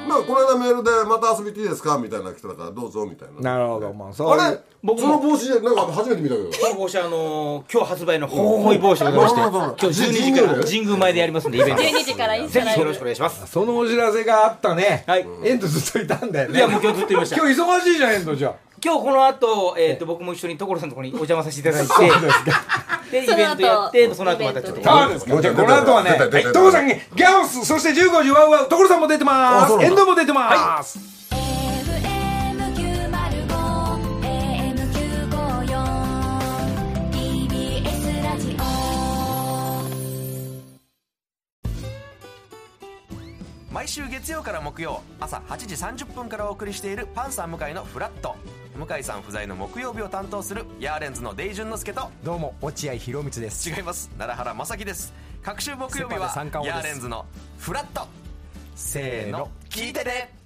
Speaker 1: まあこの間メールで「また遊びに行っていいですか?」みたいなの来たから「どうぞ」みたいな
Speaker 2: なるほどまあそういう
Speaker 1: あれ僕その帽子なんか初めて見たけど
Speaker 4: この帽子あのー今日発売の本本帽子が出まして
Speaker 1: なるほ
Speaker 4: 今
Speaker 1: ど
Speaker 4: 日12時から神宮前でやりますんでイベント
Speaker 3: 12時からインス
Speaker 4: ぜ
Speaker 3: タライ
Speaker 4: ひ
Speaker 3: ブ
Speaker 4: よろしくお願いします
Speaker 2: そのお知らせがあったね。
Speaker 4: はい
Speaker 2: エントずっといたんだよね。
Speaker 4: いやもう今日ずっといました
Speaker 2: 今日忙しいじゃん、エントじゃ
Speaker 4: 今日この後、えー、と僕も一緒に所さんのところにお邪魔させていただいてでイ
Speaker 3: その後
Speaker 4: ベントやってその後またちょっと
Speaker 3: イベント
Speaker 2: あ。そうですか。じゃあこの後はね、
Speaker 1: 出た出た
Speaker 2: はい
Speaker 1: 出た
Speaker 2: 所さんに、ギャオス、そして15時ワウワウ、所さんも出てま
Speaker 1: あそうなん
Speaker 2: す。
Speaker 1: だ
Speaker 2: エントも出てます。
Speaker 6: 毎週月曜から木曜朝8時30分からお送りしているパンサー向井のフラット向井さん不在の木曜日を担当するヤーレンズのデイジュンの之介と
Speaker 10: どうも落合博満です
Speaker 6: 違います奈良原正樹です各週木曜
Speaker 10: セ
Speaker 6: 日は
Speaker 10: パで三冠王で
Speaker 6: ヤー
Speaker 10: す
Speaker 6: レンズのフラットせーの聞いてて、ね